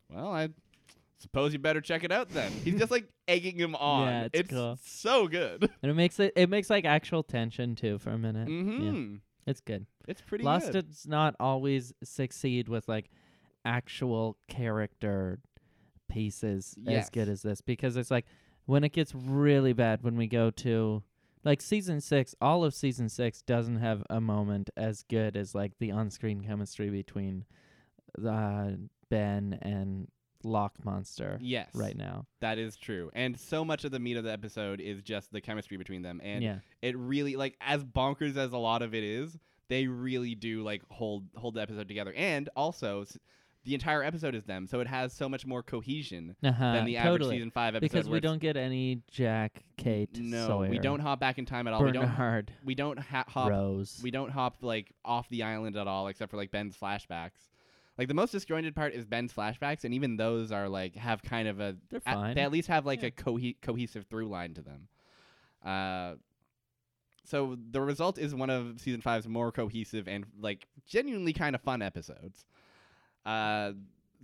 S1: "Well, I." Suppose you better check it out then. He's just like egging him on.
S2: Yeah, it's cool.
S1: so good.
S2: And it makes it it makes like actual tension too for a minute.
S1: hmm
S2: Yeah, it's good.
S1: It's pretty
S2: Lost
S1: good.
S2: does not always succeed with like actual character pieces as
S1: Yes.
S2: good as this because it's like when it gets really bad when we go to like season six, all of season six doesn't have a moment as good as like the on screen chemistry between uh, Ben and Lock Monster
S1: Yes.
S2: right now.
S1: That is true. And so much of the meat of the episode is just the chemistry between them. And
S2: yeah.
S1: it really like as bonkers as a lot of it is, they really do like hold hold the episode together. And also s- the entire episode is them, so it has so much more cohesion
S2: Uh-huh.
S1: than the
S2: totally.
S1: average season 5 episode
S2: because
S1: where
S2: we
S1: it's-
S2: don't get any Jack, Kate,
S1: No,
S2: Sawyer,
S1: we don't hop back in time at all. We don't
S2: Bernard,
S1: we don't ha- hop
S2: Rose.
S1: we don't hop like off the island at all except for like Ben's flashbacks. Like the most disjointed part is Ben's flashbacks and even those are like have kind of a
S2: They're
S1: at-
S2: fine.
S1: they at least have like
S2: Yeah.
S1: a cohe- cohesive through line to them. Uh, so the result is one of season five's more cohesive and like genuinely kind of fun episodes. Uh,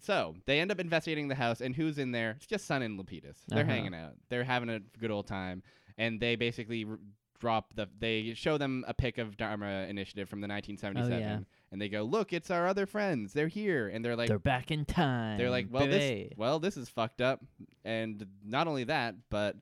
S1: so they end up investigating the house, and who's in there? It's just Sun and Lapidus. They're
S2: Uh-huh.
S1: hanging out. They're having a good old time, and they basically r- drop the. They show them a pic of Dharma Initiative from the
S2: Oh,
S1: 1977, and they go, "Look, it's our other friends. They're here," and they're like,
S2: They're back in time.
S1: they're like, well, this,
S2: baby."
S1: well, this is fucked up, and not only that, but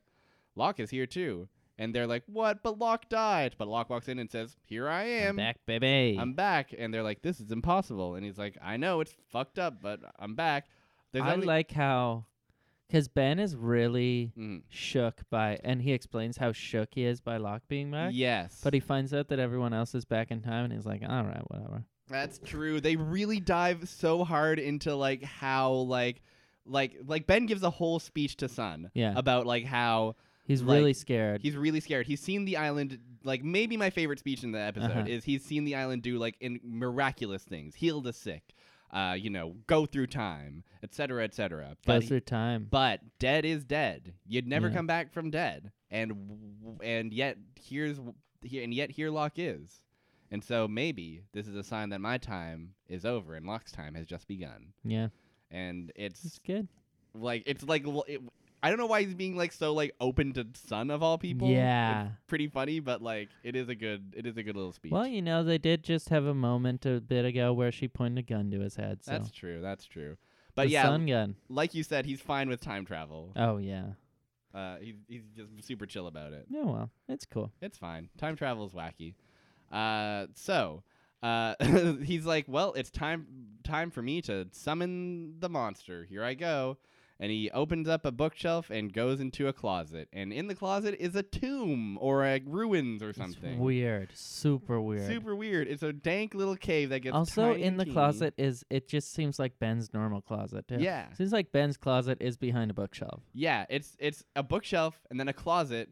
S1: Locke is here too. And they're like, what? But Locke died. But Locke walks in and says, here I
S2: I'm
S1: am.
S2: back, baby.
S1: I'm back. And they're like, this is impossible. And he's like, I know it's fucked up, but I'm back. There's
S2: I
S1: only-
S2: like how, because Ben is really
S1: Mm.
S2: shook by, and he explains how shook he is by Locke being back.
S1: Yes,
S2: But he finds out that everyone else is back in time, and he's like, all right, whatever.
S1: that's true. They really dive so hard into like how like like like Ben gives a whole speech to Sun
S2: Yeah.
S1: about like how
S2: He's
S1: like,
S2: really scared.
S1: He's really scared. He's seen the island. Like maybe my favorite speech in the episode
S2: Uh-huh.
S1: is he's seen the island do like in miraculous things, heal the sick, uh, you know, go through time, etc., etc. But
S2: Goes through time.
S1: but dead is dead. You'd never
S2: Yeah.
S1: come back from dead, and w- and yet here's w- here and yet here Locke is, and so maybe this is a sign that my time is over and Locke's time has just begun,
S2: yeah,
S1: and
S2: it's
S1: it's
S2: good.
S1: like it's like. l- It, I don't know why he's being like so like open to son of all people. It's-
S2: yeah.
S1: pretty funny, but like it is a good it is a good little speech.
S2: Well, you know, they did just have a moment a bit ago where she pointed a gun to his head. So.
S1: that's true. That's true. But
S2: the
S1: yeah,
S2: sun gun.
S1: like you said, he's fine with time travel.
S2: Oh yeah.
S1: Uh, he, he's just super chill about it.
S2: Yeah, well, it's cool.
S1: It's fine. Time travel is wacky. Uh, so uh, he's like, well, it's time time for me to summon the monster. Here I go. and he opens up a bookshelf and goes into a closet. And in the closet is a tomb or a ruins or something.
S2: It's weird. Super weird.
S1: Super weird. It's a dank little cave that gets
S2: also
S1: tiny
S2: in
S1: and
S2: the
S1: teeny.
S2: closet is it just seems like Ben's normal closet too.
S1: Yeah,
S2: Seems like Ben's closet is behind a bookshelf.
S1: yeah. It's it's a bookshelf and then a closet,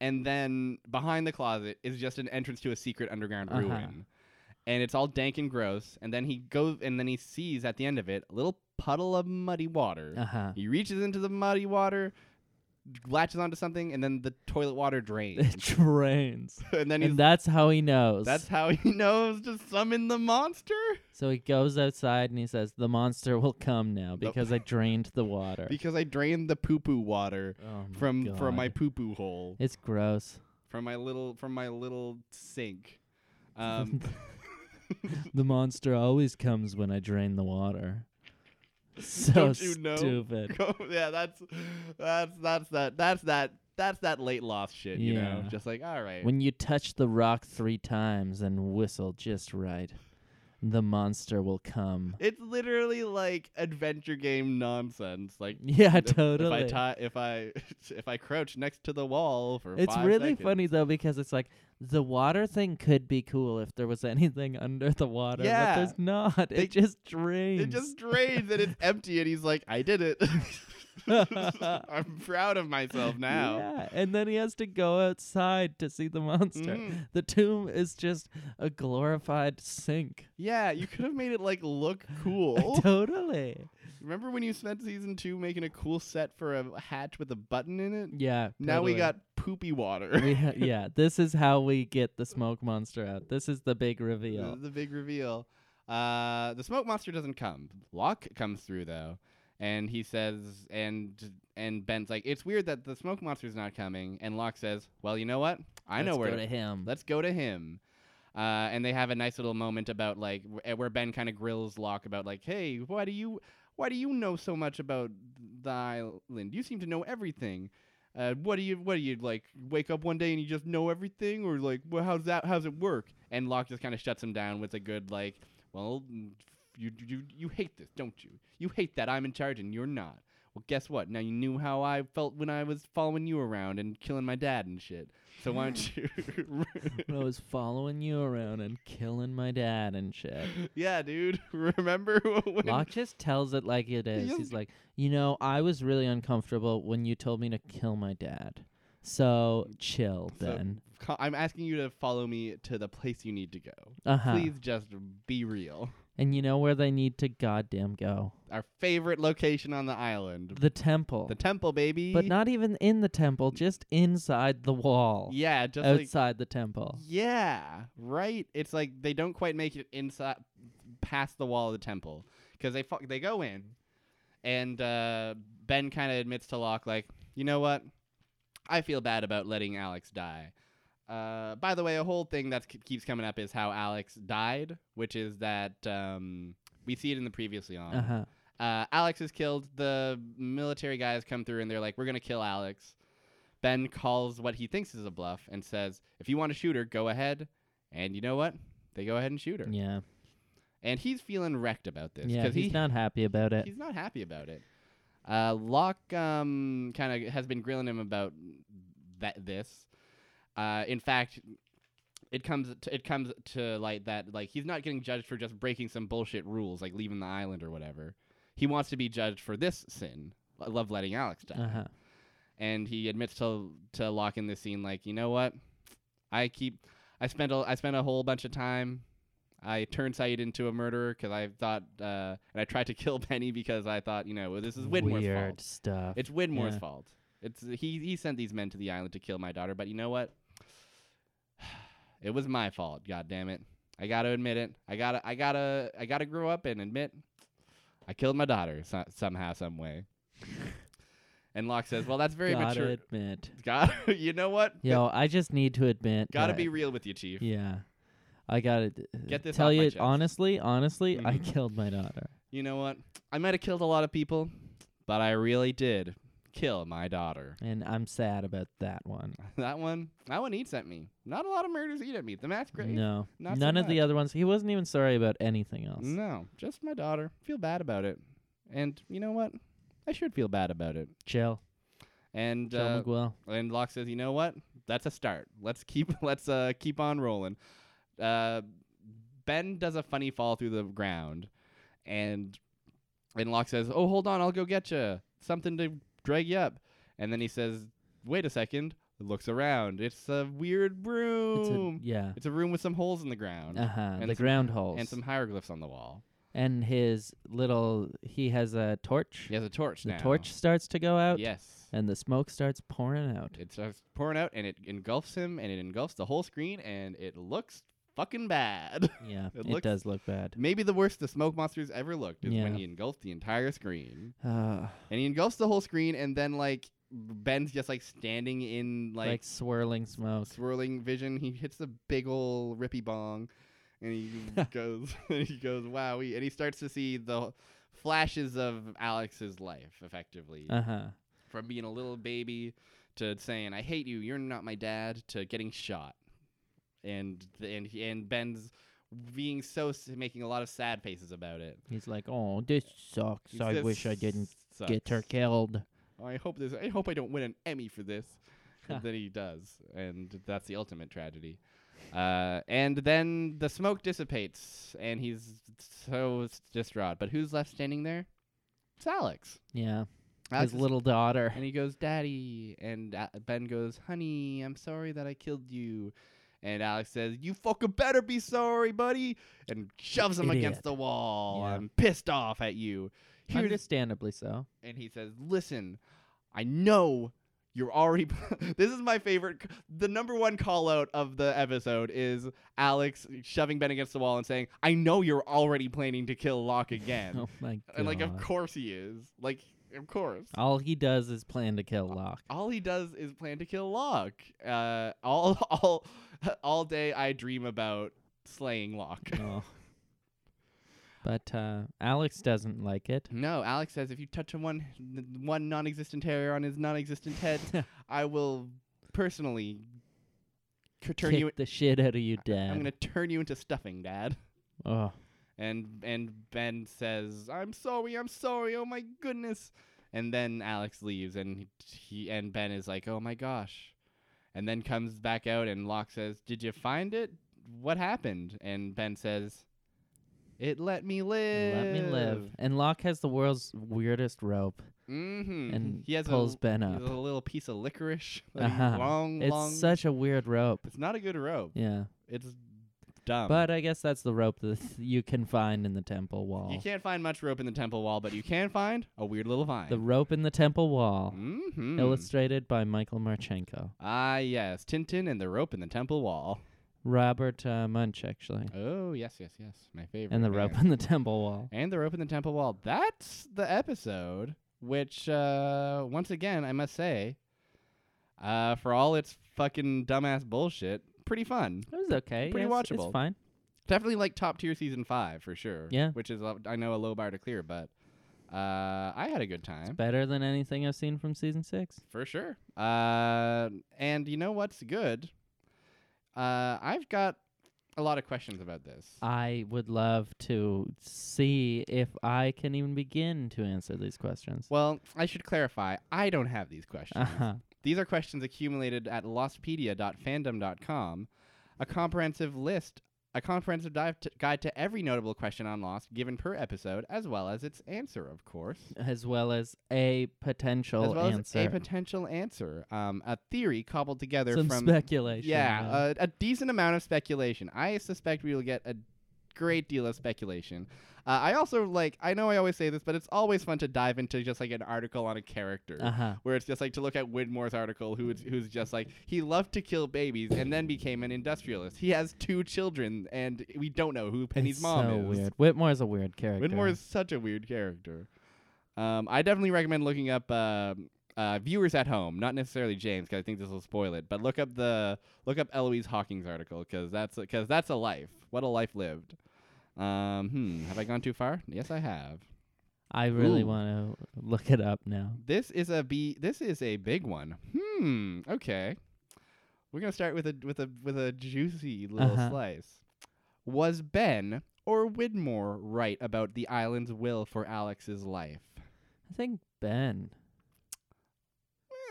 S1: and then behind the closet is just an entrance to a secret underground
S2: Uh-huh.
S1: ruin, and it's all dank and gross. And then he goes and then he sees at the end of it a little puddle of muddy water.
S2: Uh-huh.
S1: He reaches into the muddy water, latches onto something, and then the toilet water
S2: It
S1: drains.
S2: drains.
S1: and then
S2: And,
S1: he's
S2: that's how he knows.
S1: that's how he knows to summon the monster
S2: so he goes outside and he says, The monster will come now
S1: The-
S2: because I drained the water.
S1: because I drained the poo poo water
S2: Oh my
S1: from from my
S2: God.
S1: poo poo hole.
S2: It's gross.
S1: from my little from my little sink. Um,
S2: The monster always comes when I drain the water. So
S1: Don't you know?
S2: stupid.
S1: go- oh, yeah, that's that's that's that that's that that's that late lost shit. You know,
S2: Yeah.
S1: just like all right,
S2: When you touch the rock three times and whistle just right, the monster will come.
S1: it's literally like adventure game nonsense. Like
S2: Yeah,
S1: if-
S2: totally.
S1: If I ti if I if I crouch next to the wall for
S2: it's
S1: five
S2: really
S1: seconds-
S2: funny though because it's like the water thing could be cool if there was anything under the water,
S1: Yeah.
S2: but there's not.
S1: They-
S2: it just drains.
S1: It just drains and it's empty, and he's like, "I did it. I'm proud of myself now."
S2: Yeah, and then he has to go outside to see the monster.
S1: Mhm.
S2: The tomb is just a glorified sink.
S1: yeah, you could have made it like look cool.
S2: totally.
S1: Remember when you spent season two making a cool set for a hatch with a button in it?
S2: Yeah.
S1: Now we
S2: totally.
S1: got poopy water.
S2: we ha- yeah, this is how we get the smoke monster out. This is the big
S1: This
S2: reveal.
S1: is the big reveal. Uh, the smoke monster doesn't come. Locke comes through though, and he says, and and Ben's like, it's weird that the smoke monster's not coming. And Locke says, well, you know what? I know
S2: Let's
S1: where
S2: go to him.
S1: Let's go to him. Uh, and they have a nice little moment about like wh- where Ben kind of grills Locke about like, hey, why do you why do you know so much about the island? You seem to know everything. Uh, what do you what do you like wake up one day and you just know everything or like well, how's that how's it work? And Locke just kind of shuts him down with a good like, well, mm, you you you hate this, don't you? You hate that I'm in charge and you're not. Well, guess what? Now you knew how I felt when I was following you around and killing my dad and shit. So why don't you?
S2: When I was following you around and killing my dad and shit.
S1: yeah, dude. Remember when?
S2: Locke just tells it like it is.
S1: just-
S2: He's like, you know, I was really uncomfortable when you told me to kill my dad. So chill
S1: So-
S2: then.
S1: Co- I'm asking you to follow me to the place you need to go.
S2: Uh huh.
S1: Please just be real.
S2: And you know where they need to goddamn go?
S1: Our favorite location on the island,
S2: The temple.
S1: the temple, baby.
S2: but not even in the temple, just inside the wall.
S1: Yeah, just like
S2: outside the temple.
S1: Yeah, right. It's like they don't quite make it inside, past the wall of the temple, because they fu- they go in, and uh, Ben kind of admits to Locke, like, you know what, I feel bad about letting Alex die. Uh, by the way, a whole thing that keeps coming up is how Alex died, which is that um, we see it in the previously on.
S2: Uh huh.
S1: Uh, Alex is killed. The military guys come through and they're like, "We're gonna kill Alex." Ben calls what he thinks is a bluff and says, "If you want to shoot her, go ahead." And you know what? They go ahead and shoot her.
S2: Yeah.
S1: And he's feeling wrecked about this
S2: Yeah. He's
S1: he-
S2: not happy about it.
S1: he's not happy about it. Uh, Locke um, kind of has been grilling him about that this. Uh, in fact, it comes to, it comes to light that like he's not getting judged for just breaking some bullshit rules like leaving the island or whatever. He wants to be judged for this sin, lo- love letting Alex die
S2: Uh huh.
S1: and he admits to to Locke in this scene, like, you know what, I keep, I spent a, I spent a whole bunch of time, I turned Saeed into a murderer because I thought, uh, and I tried to kill Penny because I thought, you know, well, this is Widmore's
S2: Weird
S1: fault.
S2: stuff.
S1: It's Widmore's
S2: Yeah.
S1: fault. It's he he sent these men to the island to kill my daughter, but you know what? It was my fault. God damn it! I gotta admit it. I gotta I gotta I gotta grow up and admit I killed my daughter so- somehow some way. and Locke says, "Well, that's very
S2: Gotta
S1: mature.
S2: admit.
S1: God, you know what?
S2: Yo, I just need to admit.
S1: gotta
S2: that-
S1: be real with you, Chief.
S2: Yeah. I gotta d- uh,
S1: Get this
S2: tell
S1: off my
S2: you
S1: chest.
S2: honestly, honestly, I
S1: Mhm.
S2: killed my daughter.
S1: You know what? I might have killed a lot of people, but I really did kill my daughter.
S2: And I'm sad about that one.
S1: That one, that one eats at me. Not a lot of murders eat at me. The math's great.
S2: No.
S1: Not so
S2: None of the
S1: much.
S2: other ones. He wasn't even sorry about anything else.
S1: No, just my daughter. Feel bad about it. And you know what? I should feel bad about it.
S2: Chill.
S1: And
S2: Chill
S1: uh,
S2: Miguel.
S1: and Locke says, "You know what? That's a start. Let's keep let's uh keep on rolling." Uh, ben does a funny fall through the ground, and and Locke says, "Oh, hold on, I'll go get you something to drag you up." And then he says, "Wait a second. Looks around. It's a weird
S2: It's a-
S1: room. It's
S2: yeah.
S1: a, room with some holes in the ground
S2: Uh huh.
S1: and
S2: The
S1: some-
S2: ground holes.
S1: and some hieroglyphs on the wall.
S2: And his little. He has a torch.
S1: He has a torch
S2: the
S1: now.
S2: torch starts to go out.
S1: Yes.
S2: And the smoke starts pouring out.
S1: It starts pouring out and it engulfs him and it engulfs the whole screen and it looks fucking bad.
S2: Yeah.
S1: It
S2: It,
S1: looks-
S2: does look bad.
S1: Maybe the worst the smoke monster's ever looked is when
S2: Yeah.
S1: he engulfs the entire screen.
S2: Uh,
S1: And he engulfs the whole screen and then like Ben's just like standing in
S2: like,
S1: like,
S2: swirling smoke.
S1: swirling vision. He hits the big ol' rippy bong and he goes and he goes, Wow and he starts to see the flashes of Alex's life effectively.
S2: Uh huh.
S1: from being a little baby to saying I hate you, you're not my dad, to getting shot, and and and Ben's being so s- making a lot of sad faces about it.
S2: He's like, oh, this sucks.
S1: He
S2: I
S1: says,
S2: wish I didn't
S1: "Sucks.
S2: get her killed.
S1: I hope this. I hope I don't win an Emmy for this. and then he does, and that's the ultimate tragedy. Uh, and then the smoke dissipates, and he's so s- distraught. But who's left standing there? It's Alex.
S2: Yeah.
S1: Alex
S2: his
S1: is
S2: little daughter.
S1: And he goes, Daddy. And uh, Ben goes, Honey, I'm sorry that I killed you. And Alex says, You fucking better be sorry, buddy. And shoves him against
S2: Idiot.
S1: the wall.
S2: Yeah.
S1: I'm pissed off at you. Here's,
S2: Understandably so.
S1: and he says, Listen, I know you're already. this is my favorite. c- The number one call out of the episode is Alex shoving Ben against the wall and saying, I know you're already planning to kill Locke again.
S2: Oh my god.
S1: and, like, of course he is. Like, of course.
S2: All he does is plan to
S1: Oh.
S2: kill Locke.
S1: all he does is plan to kill Locke. Uh, all all all day I dream about slaying Locke.
S2: Oh. But uh, Alex doesn't like it.
S1: No, Alex says if you touch one one non-existent hair on his non-existent head, I will personally c- turn
S2: Kick
S1: you.
S2: the shit out of you, Dad.
S1: I'm gonna turn you into stuffing, Dad.
S2: oh,
S1: And and Ben says, "I'm sorry, I'm sorry. Oh my goodness." And then Alex leaves, and he and Ben is like, "Oh my gosh," and then comes back out, and Locke says, "Did you find it? What happened?" And Ben says, "It let me live.
S2: let me live. And Locke has the world's weirdest rope
S1: Mm-hmm.
S2: and
S1: he has
S2: pulls
S1: a,
S2: Ben
S1: he
S2: up.
S1: has a little piece of licorice. that he-
S2: Uh-huh.
S1: Long,
S2: it's
S1: long.
S2: such a weird rope.
S1: it's not a good rope.
S2: Yeah.
S1: It's dumb.
S2: but I guess that's the rope that you can find in the temple wall.
S1: um you can't find much rope in the temple wall, but you can find a weird little vine.
S2: The rope in the temple wall,
S1: mm-hmm.
S2: illustrated by Michael Marchenko.
S1: Ah, yes, Tintin and the rope in the temple wall.
S2: Robert uh, Munch, actually.
S1: Oh, yes, yes, yes, my favorite.
S2: And the
S1: man.
S2: rope in the temple wall.
S1: And the rope in the temple wall. That's the episode, which, uh, once again, I must say, uh, for all its fucking dumbass bullshit, pretty fun.
S2: It was okay.
S1: Pretty
S2: yeah, it's-
S1: watchable.
S2: It's fine.
S1: Definitely like top tier season five for sure.
S2: Yeah.
S1: Which is, uh, I know, a low bar to clear, but uh, I had a good time.
S2: Better than anything I've seen from season six.
S1: For sure. Uh, and you know what's good? Uh, I've got a lot of questions about this.
S2: I would love to see if I can even begin to answer these questions.
S1: Well, I should clarify. I don't have these questions.
S2: Uh-huh.
S1: These are questions accumulated at lostpedia.fandom.com, a comprehensive list, a comprehensive dive t- guide to every notable question on Lost given per episode, as well as its answer, of course.
S2: As well as a potential
S1: As well
S2: answer.
S1: as a potential answer, um, a theory cobbled together
S2: Some
S1: from
S2: speculation.
S1: yeah, uh, a decent amount of speculation. I suspect we will get a great deal of speculation. Uh, I also like. I know I always say this, but it's always fun to dive into just like an article on a character
S2: Uh huh.
S1: where it's just like to look at Widmore's article, who is, who's just like he loved to kill babies and then became an industrialist. He has two children, and we don't know who Penny's
S2: it's
S1: mom
S2: so
S1: is.
S2: weird. Whitmore's a weird character.
S1: Widmore is such a weird character. Um, I definitely recommend looking up uh, uh, viewers at home, not necessarily James, because I think this will spoil it. But look up the look up Eloise Hawking's article, because that's because that's a life. What a life lived. Um, hmm, have I gone too far? Yes, I have.
S2: I really
S1: Ooh.
S2: want to look it up now.
S1: This is a b. This is a big one. Hmm. Okay. We're gonna start with a with a with a juicy little
S2: Uh-huh.
S1: slice. Was Ben or Widmore right about the island's will for Alex's life?
S2: I think Ben?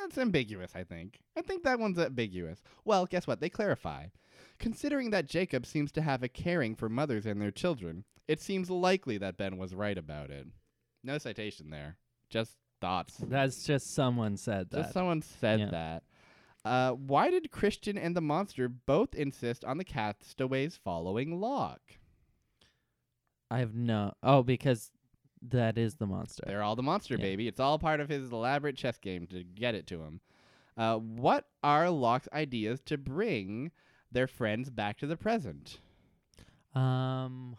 S1: That's ambiguous, I think. I think that one's ambiguous. Well, guess what? They clarify. Considering that Jacob seems to have a caring for mothers and their children, it seems likely that Ben was right about it. No citation there. Just thoughts.
S2: That's just someone said that.
S1: Just someone said
S2: Yeah.
S1: that. Uh, why did Christian and the monster both insist on the castaways following Locke?
S2: I have no. Oh, because that is the monster.
S1: They're all the monster
S2: Yeah.
S1: baby. It's all part of his elaborate chess game to get it to him. Uh, what are Locke's ideas to bring their friends back to the present?
S2: Um,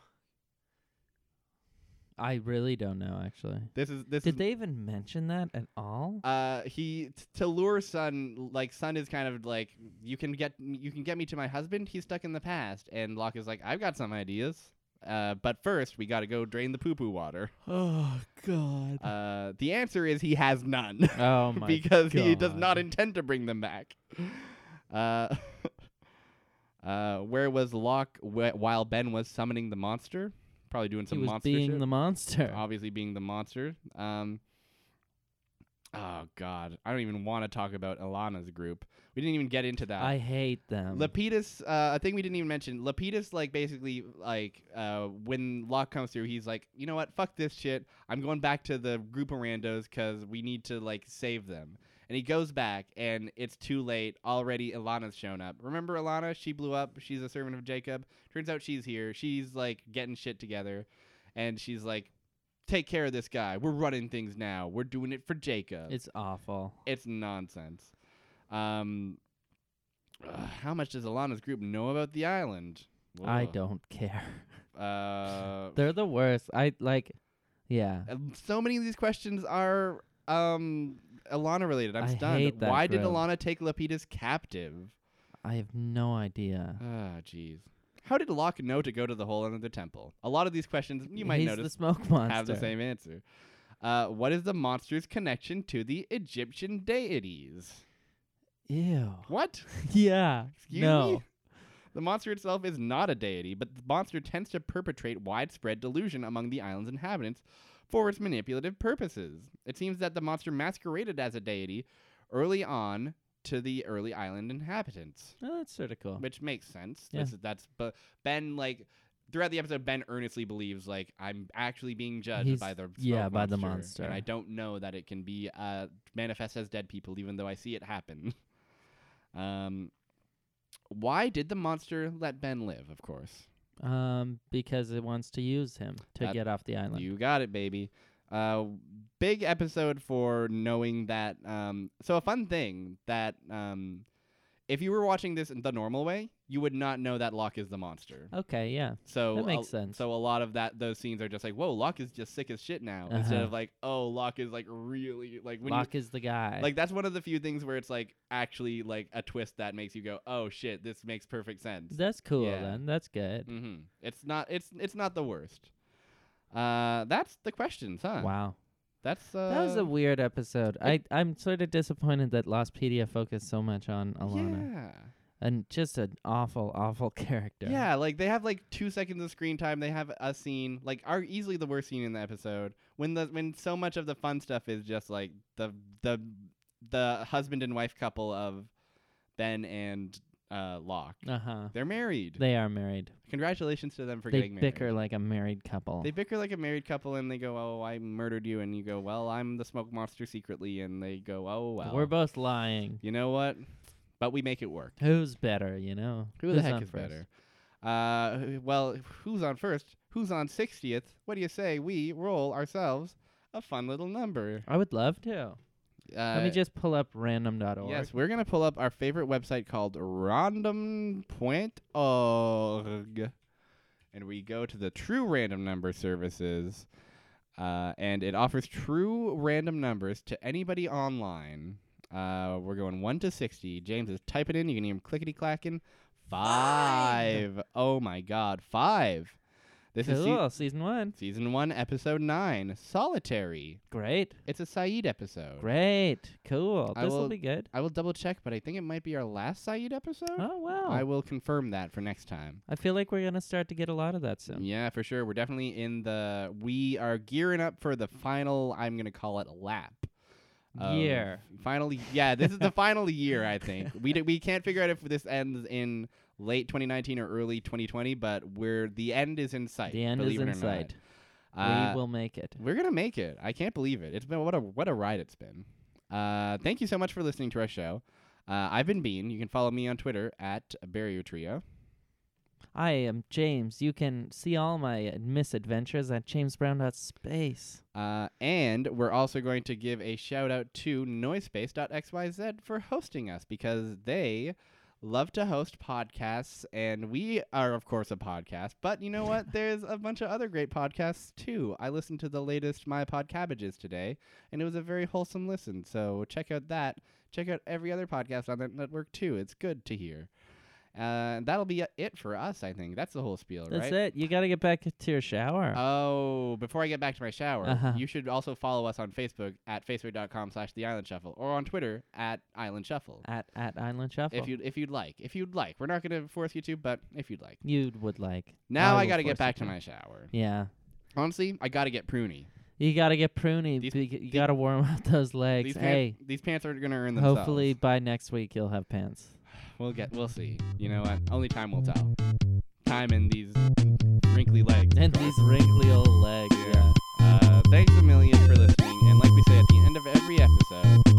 S2: I really don't know. Actually,
S1: This is this
S2: did
S1: is
S2: they even mention that at all?
S1: uh he t- to lure son like son is kind of like you can get you can get me to my husband he's stuck in the past and Locke is like I've got some ideas uh but first we got to go drain the poo poo water
S2: oh God.
S1: uh the answer is he has none
S2: oh my.
S1: because he does not
S2: God.
S1: intend to bring them back. Uh, uh, where was Locke wh- while Ben was summoning the monster? Probably doing
S2: he
S1: some
S2: was
S1: monster
S2: being
S1: shit. Oh,
S2: the monster.
S1: Obviously being the monster. Um, oh God, I don't even want to talk about Alana's group. We didn't even get into that.
S2: I hate them.
S1: Lapidus, uh, a thing we didn't even mention. Lapidus, like basically, like uh, when Locke comes through, he's like, you know what, fuck this shit. I'm going back to the group of randos because we need to like save them. And he goes back, and it's too late. Already, Ilana's shown up. Remember Ilana? She blew up. She's a servant of Jacob. Turns out she's here. She's like getting shit together, and she's like, take care of this guy. We're running things now. We're doing it for Jacob.
S2: it's awful.
S1: It's nonsense. Um, ugh, how much does Alana's group know about the island?
S2: I
S1: Ugh.
S2: don't care.
S1: Uh,
S2: They're the worst. I like. Yeah.
S1: uh, so many of these questions are um Alana related. I'm
S2: I
S1: stunned.
S2: hate that
S1: Why did
S2: group.
S1: Alana take Lapidus captive?
S2: I have no idea.
S1: Ah, jeez. How did Locke know to go to the hole under the temple? A lot of these questions you might
S2: He's the
S1: notice
S2: smoke monster.
S1: have the same answer. Uh, what is the monster's connection to the Egyptian deities?
S2: Ew.
S1: What?
S2: yeah.
S1: Excuse
S2: no.
S1: me? The monster itself is not a deity, but the monster tends to perpetrate widespread delusion among the island's inhabitants for its manipulative purposes. It seems that the monster masqueraded as a deity early on to the early island inhabitants,
S2: Oh, that's sort of cool.
S1: which makes sense.
S2: Yeah.
S1: This is, that's but Ben like throughout the episode Ben earnestly believes like I'm actually being judged
S2: He's-
S1: by the smoke
S2: yeah, by the
S1: and I
S2: monster.
S1: don't know that it can be uh, manifest as dead people even though I see it happen. Um, why did the monster let Ben live? Of course,
S2: Um, because it wants to use him to
S1: That-
S2: get off the island.
S1: you got it, baby. Uh, big episode for knowing that. Um, so a fun thing that um, if you were watching this in the normal way, you would not know that Locke is the monster.
S2: okay, yeah.
S1: So
S2: That
S1: a-
S2: makes sense.
S1: So a lot of that those scenes are just like, whoa, Locke is just sick as shit now. Instead
S2: Uh-huh.
S1: of like, oh, Locke is like really like when you,
S2: Locke is the guy.
S1: like that's one of the few things where it's like actually like a twist that makes you go, oh shit, this makes perfect sense.
S2: that's cool
S1: yeah.
S2: then. That's good.
S1: hmm It's not it's it's not the worst. Uh, that's the questions, huh?
S2: Wow.
S1: That's uh,
S2: That was a weird episode. I, I'm sort of disappointed that Lostpedia focused so much on Alana.
S1: yeah.
S2: And just an awful, awful character.
S1: Yeah, like they have like two seconds of screen time. They have a scene like are easily the worst scene in the episode when the when so much of the fun stuff is just like the the the husband and wife couple of Ben and uh, Locke.
S2: Uh huh.
S1: They're married.
S2: They are married.
S1: Congratulations to them for
S2: they
S1: getting married.
S2: bicker like a married couple.
S1: They bicker like a married couple, and they go, "Oh, I murdered you," and you go, "Well, I'm the smoke monster secretly," and they go, "Oh, well."
S2: We're both lying.
S1: you know what? But we make it work.
S2: Who's better, you know?
S1: Who the
S2: Who's
S1: heck
S2: on
S1: is
S2: first?
S1: better? Uh, wh- well, who's on first? Who's on 60th? What do you say we roll ourselves a fun little number?
S2: I would love to.
S1: Uh,
S2: Let me just pull up random.org.
S1: Yes, we're going to pull up our favorite website called random.org. And we go to the true random number services. Uh, and it offers true random numbers to anybody online. Uh, we're going 1 to 60. James is typing in. You can hear him clickety clacking. Five. Oh my God. Five. This is se-
S2: Cool. Season one.
S1: season one, episode nine, solitary.
S2: Great.
S1: It's a Saeed episode.
S2: Great. Cool.
S1: I
S2: This will
S1: will-
S2: be good.
S1: I will double check, but I think it might be our last Saeed episode.
S2: Oh wow. I
S1: I will confirm that for next time.
S2: feel like we're gonna start to get a lot of that soon.
S1: Yeah, for sure. We're definitely in the. We are gearing up for the final. I'm gonna call it lap. of-
S2: Year.
S1: Finally, yeah. This is the final year. I think we d- we can't figure out if this ends in late 2019 or early 2020, but we're the end is in sight.
S2: The end is
S1: believe it or
S2: in
S1: not.
S2: sight.
S1: Uh,
S2: we will make it.
S1: We're gonna make it. I can't believe it. It's been what a what a ride it's been. Uh, thank you so much for listening to our show. Uh, I've been Bean. You can follow me on Twitter at Barrier Trio.
S2: I am James. You can see all my uh, misadventures at jamesbrown.space.
S1: Uh, and we're also going to give a shout out to Noisepace.xyz for hosting us because they love to host podcasts, and we are of course a podcast. But you know what? There's a bunch of other great podcasts too. I listened to the latest My Pod Cabbages today, and it was a very wholesome listen. So check out that. Check out every other podcast on that network too. It's good to hear. Uh, that'll be it for us. I think that's the whole spiel, right?
S2: That's it. You gotta get back to your shower.
S1: Oh, before I get back to my shower,
S2: Uh-huh.
S1: you should also follow us on Facebook at facebook.com slash the island shuffle or on Twitter at island shuffle.
S2: at at Island Shuffle.
S1: If you if you'd like. If you'd like. We're not gonna force you to, but if you'd like.
S2: You would like.
S1: Now I,
S2: will
S1: gotta get
S2: force
S1: back
S2: you
S1: to my shower.
S2: Yeah.
S1: Honestly, I gotta get pruny.
S2: You gotta get pruny.
S1: These-
S2: bec- you gotta warm up those legs.
S1: These
S2: Hey,
S1: pants, these pants are gonna earn themselves.
S2: hopefully by next week you'll have pants.
S1: We'll get we'll see. You know what? Only time will tell. Time and these wrinkly legs.
S2: And these wrinkly old legs.
S1: Yeah.
S2: yeah.
S1: Uh, thanks a million for listening. And like we say at the end of every episode,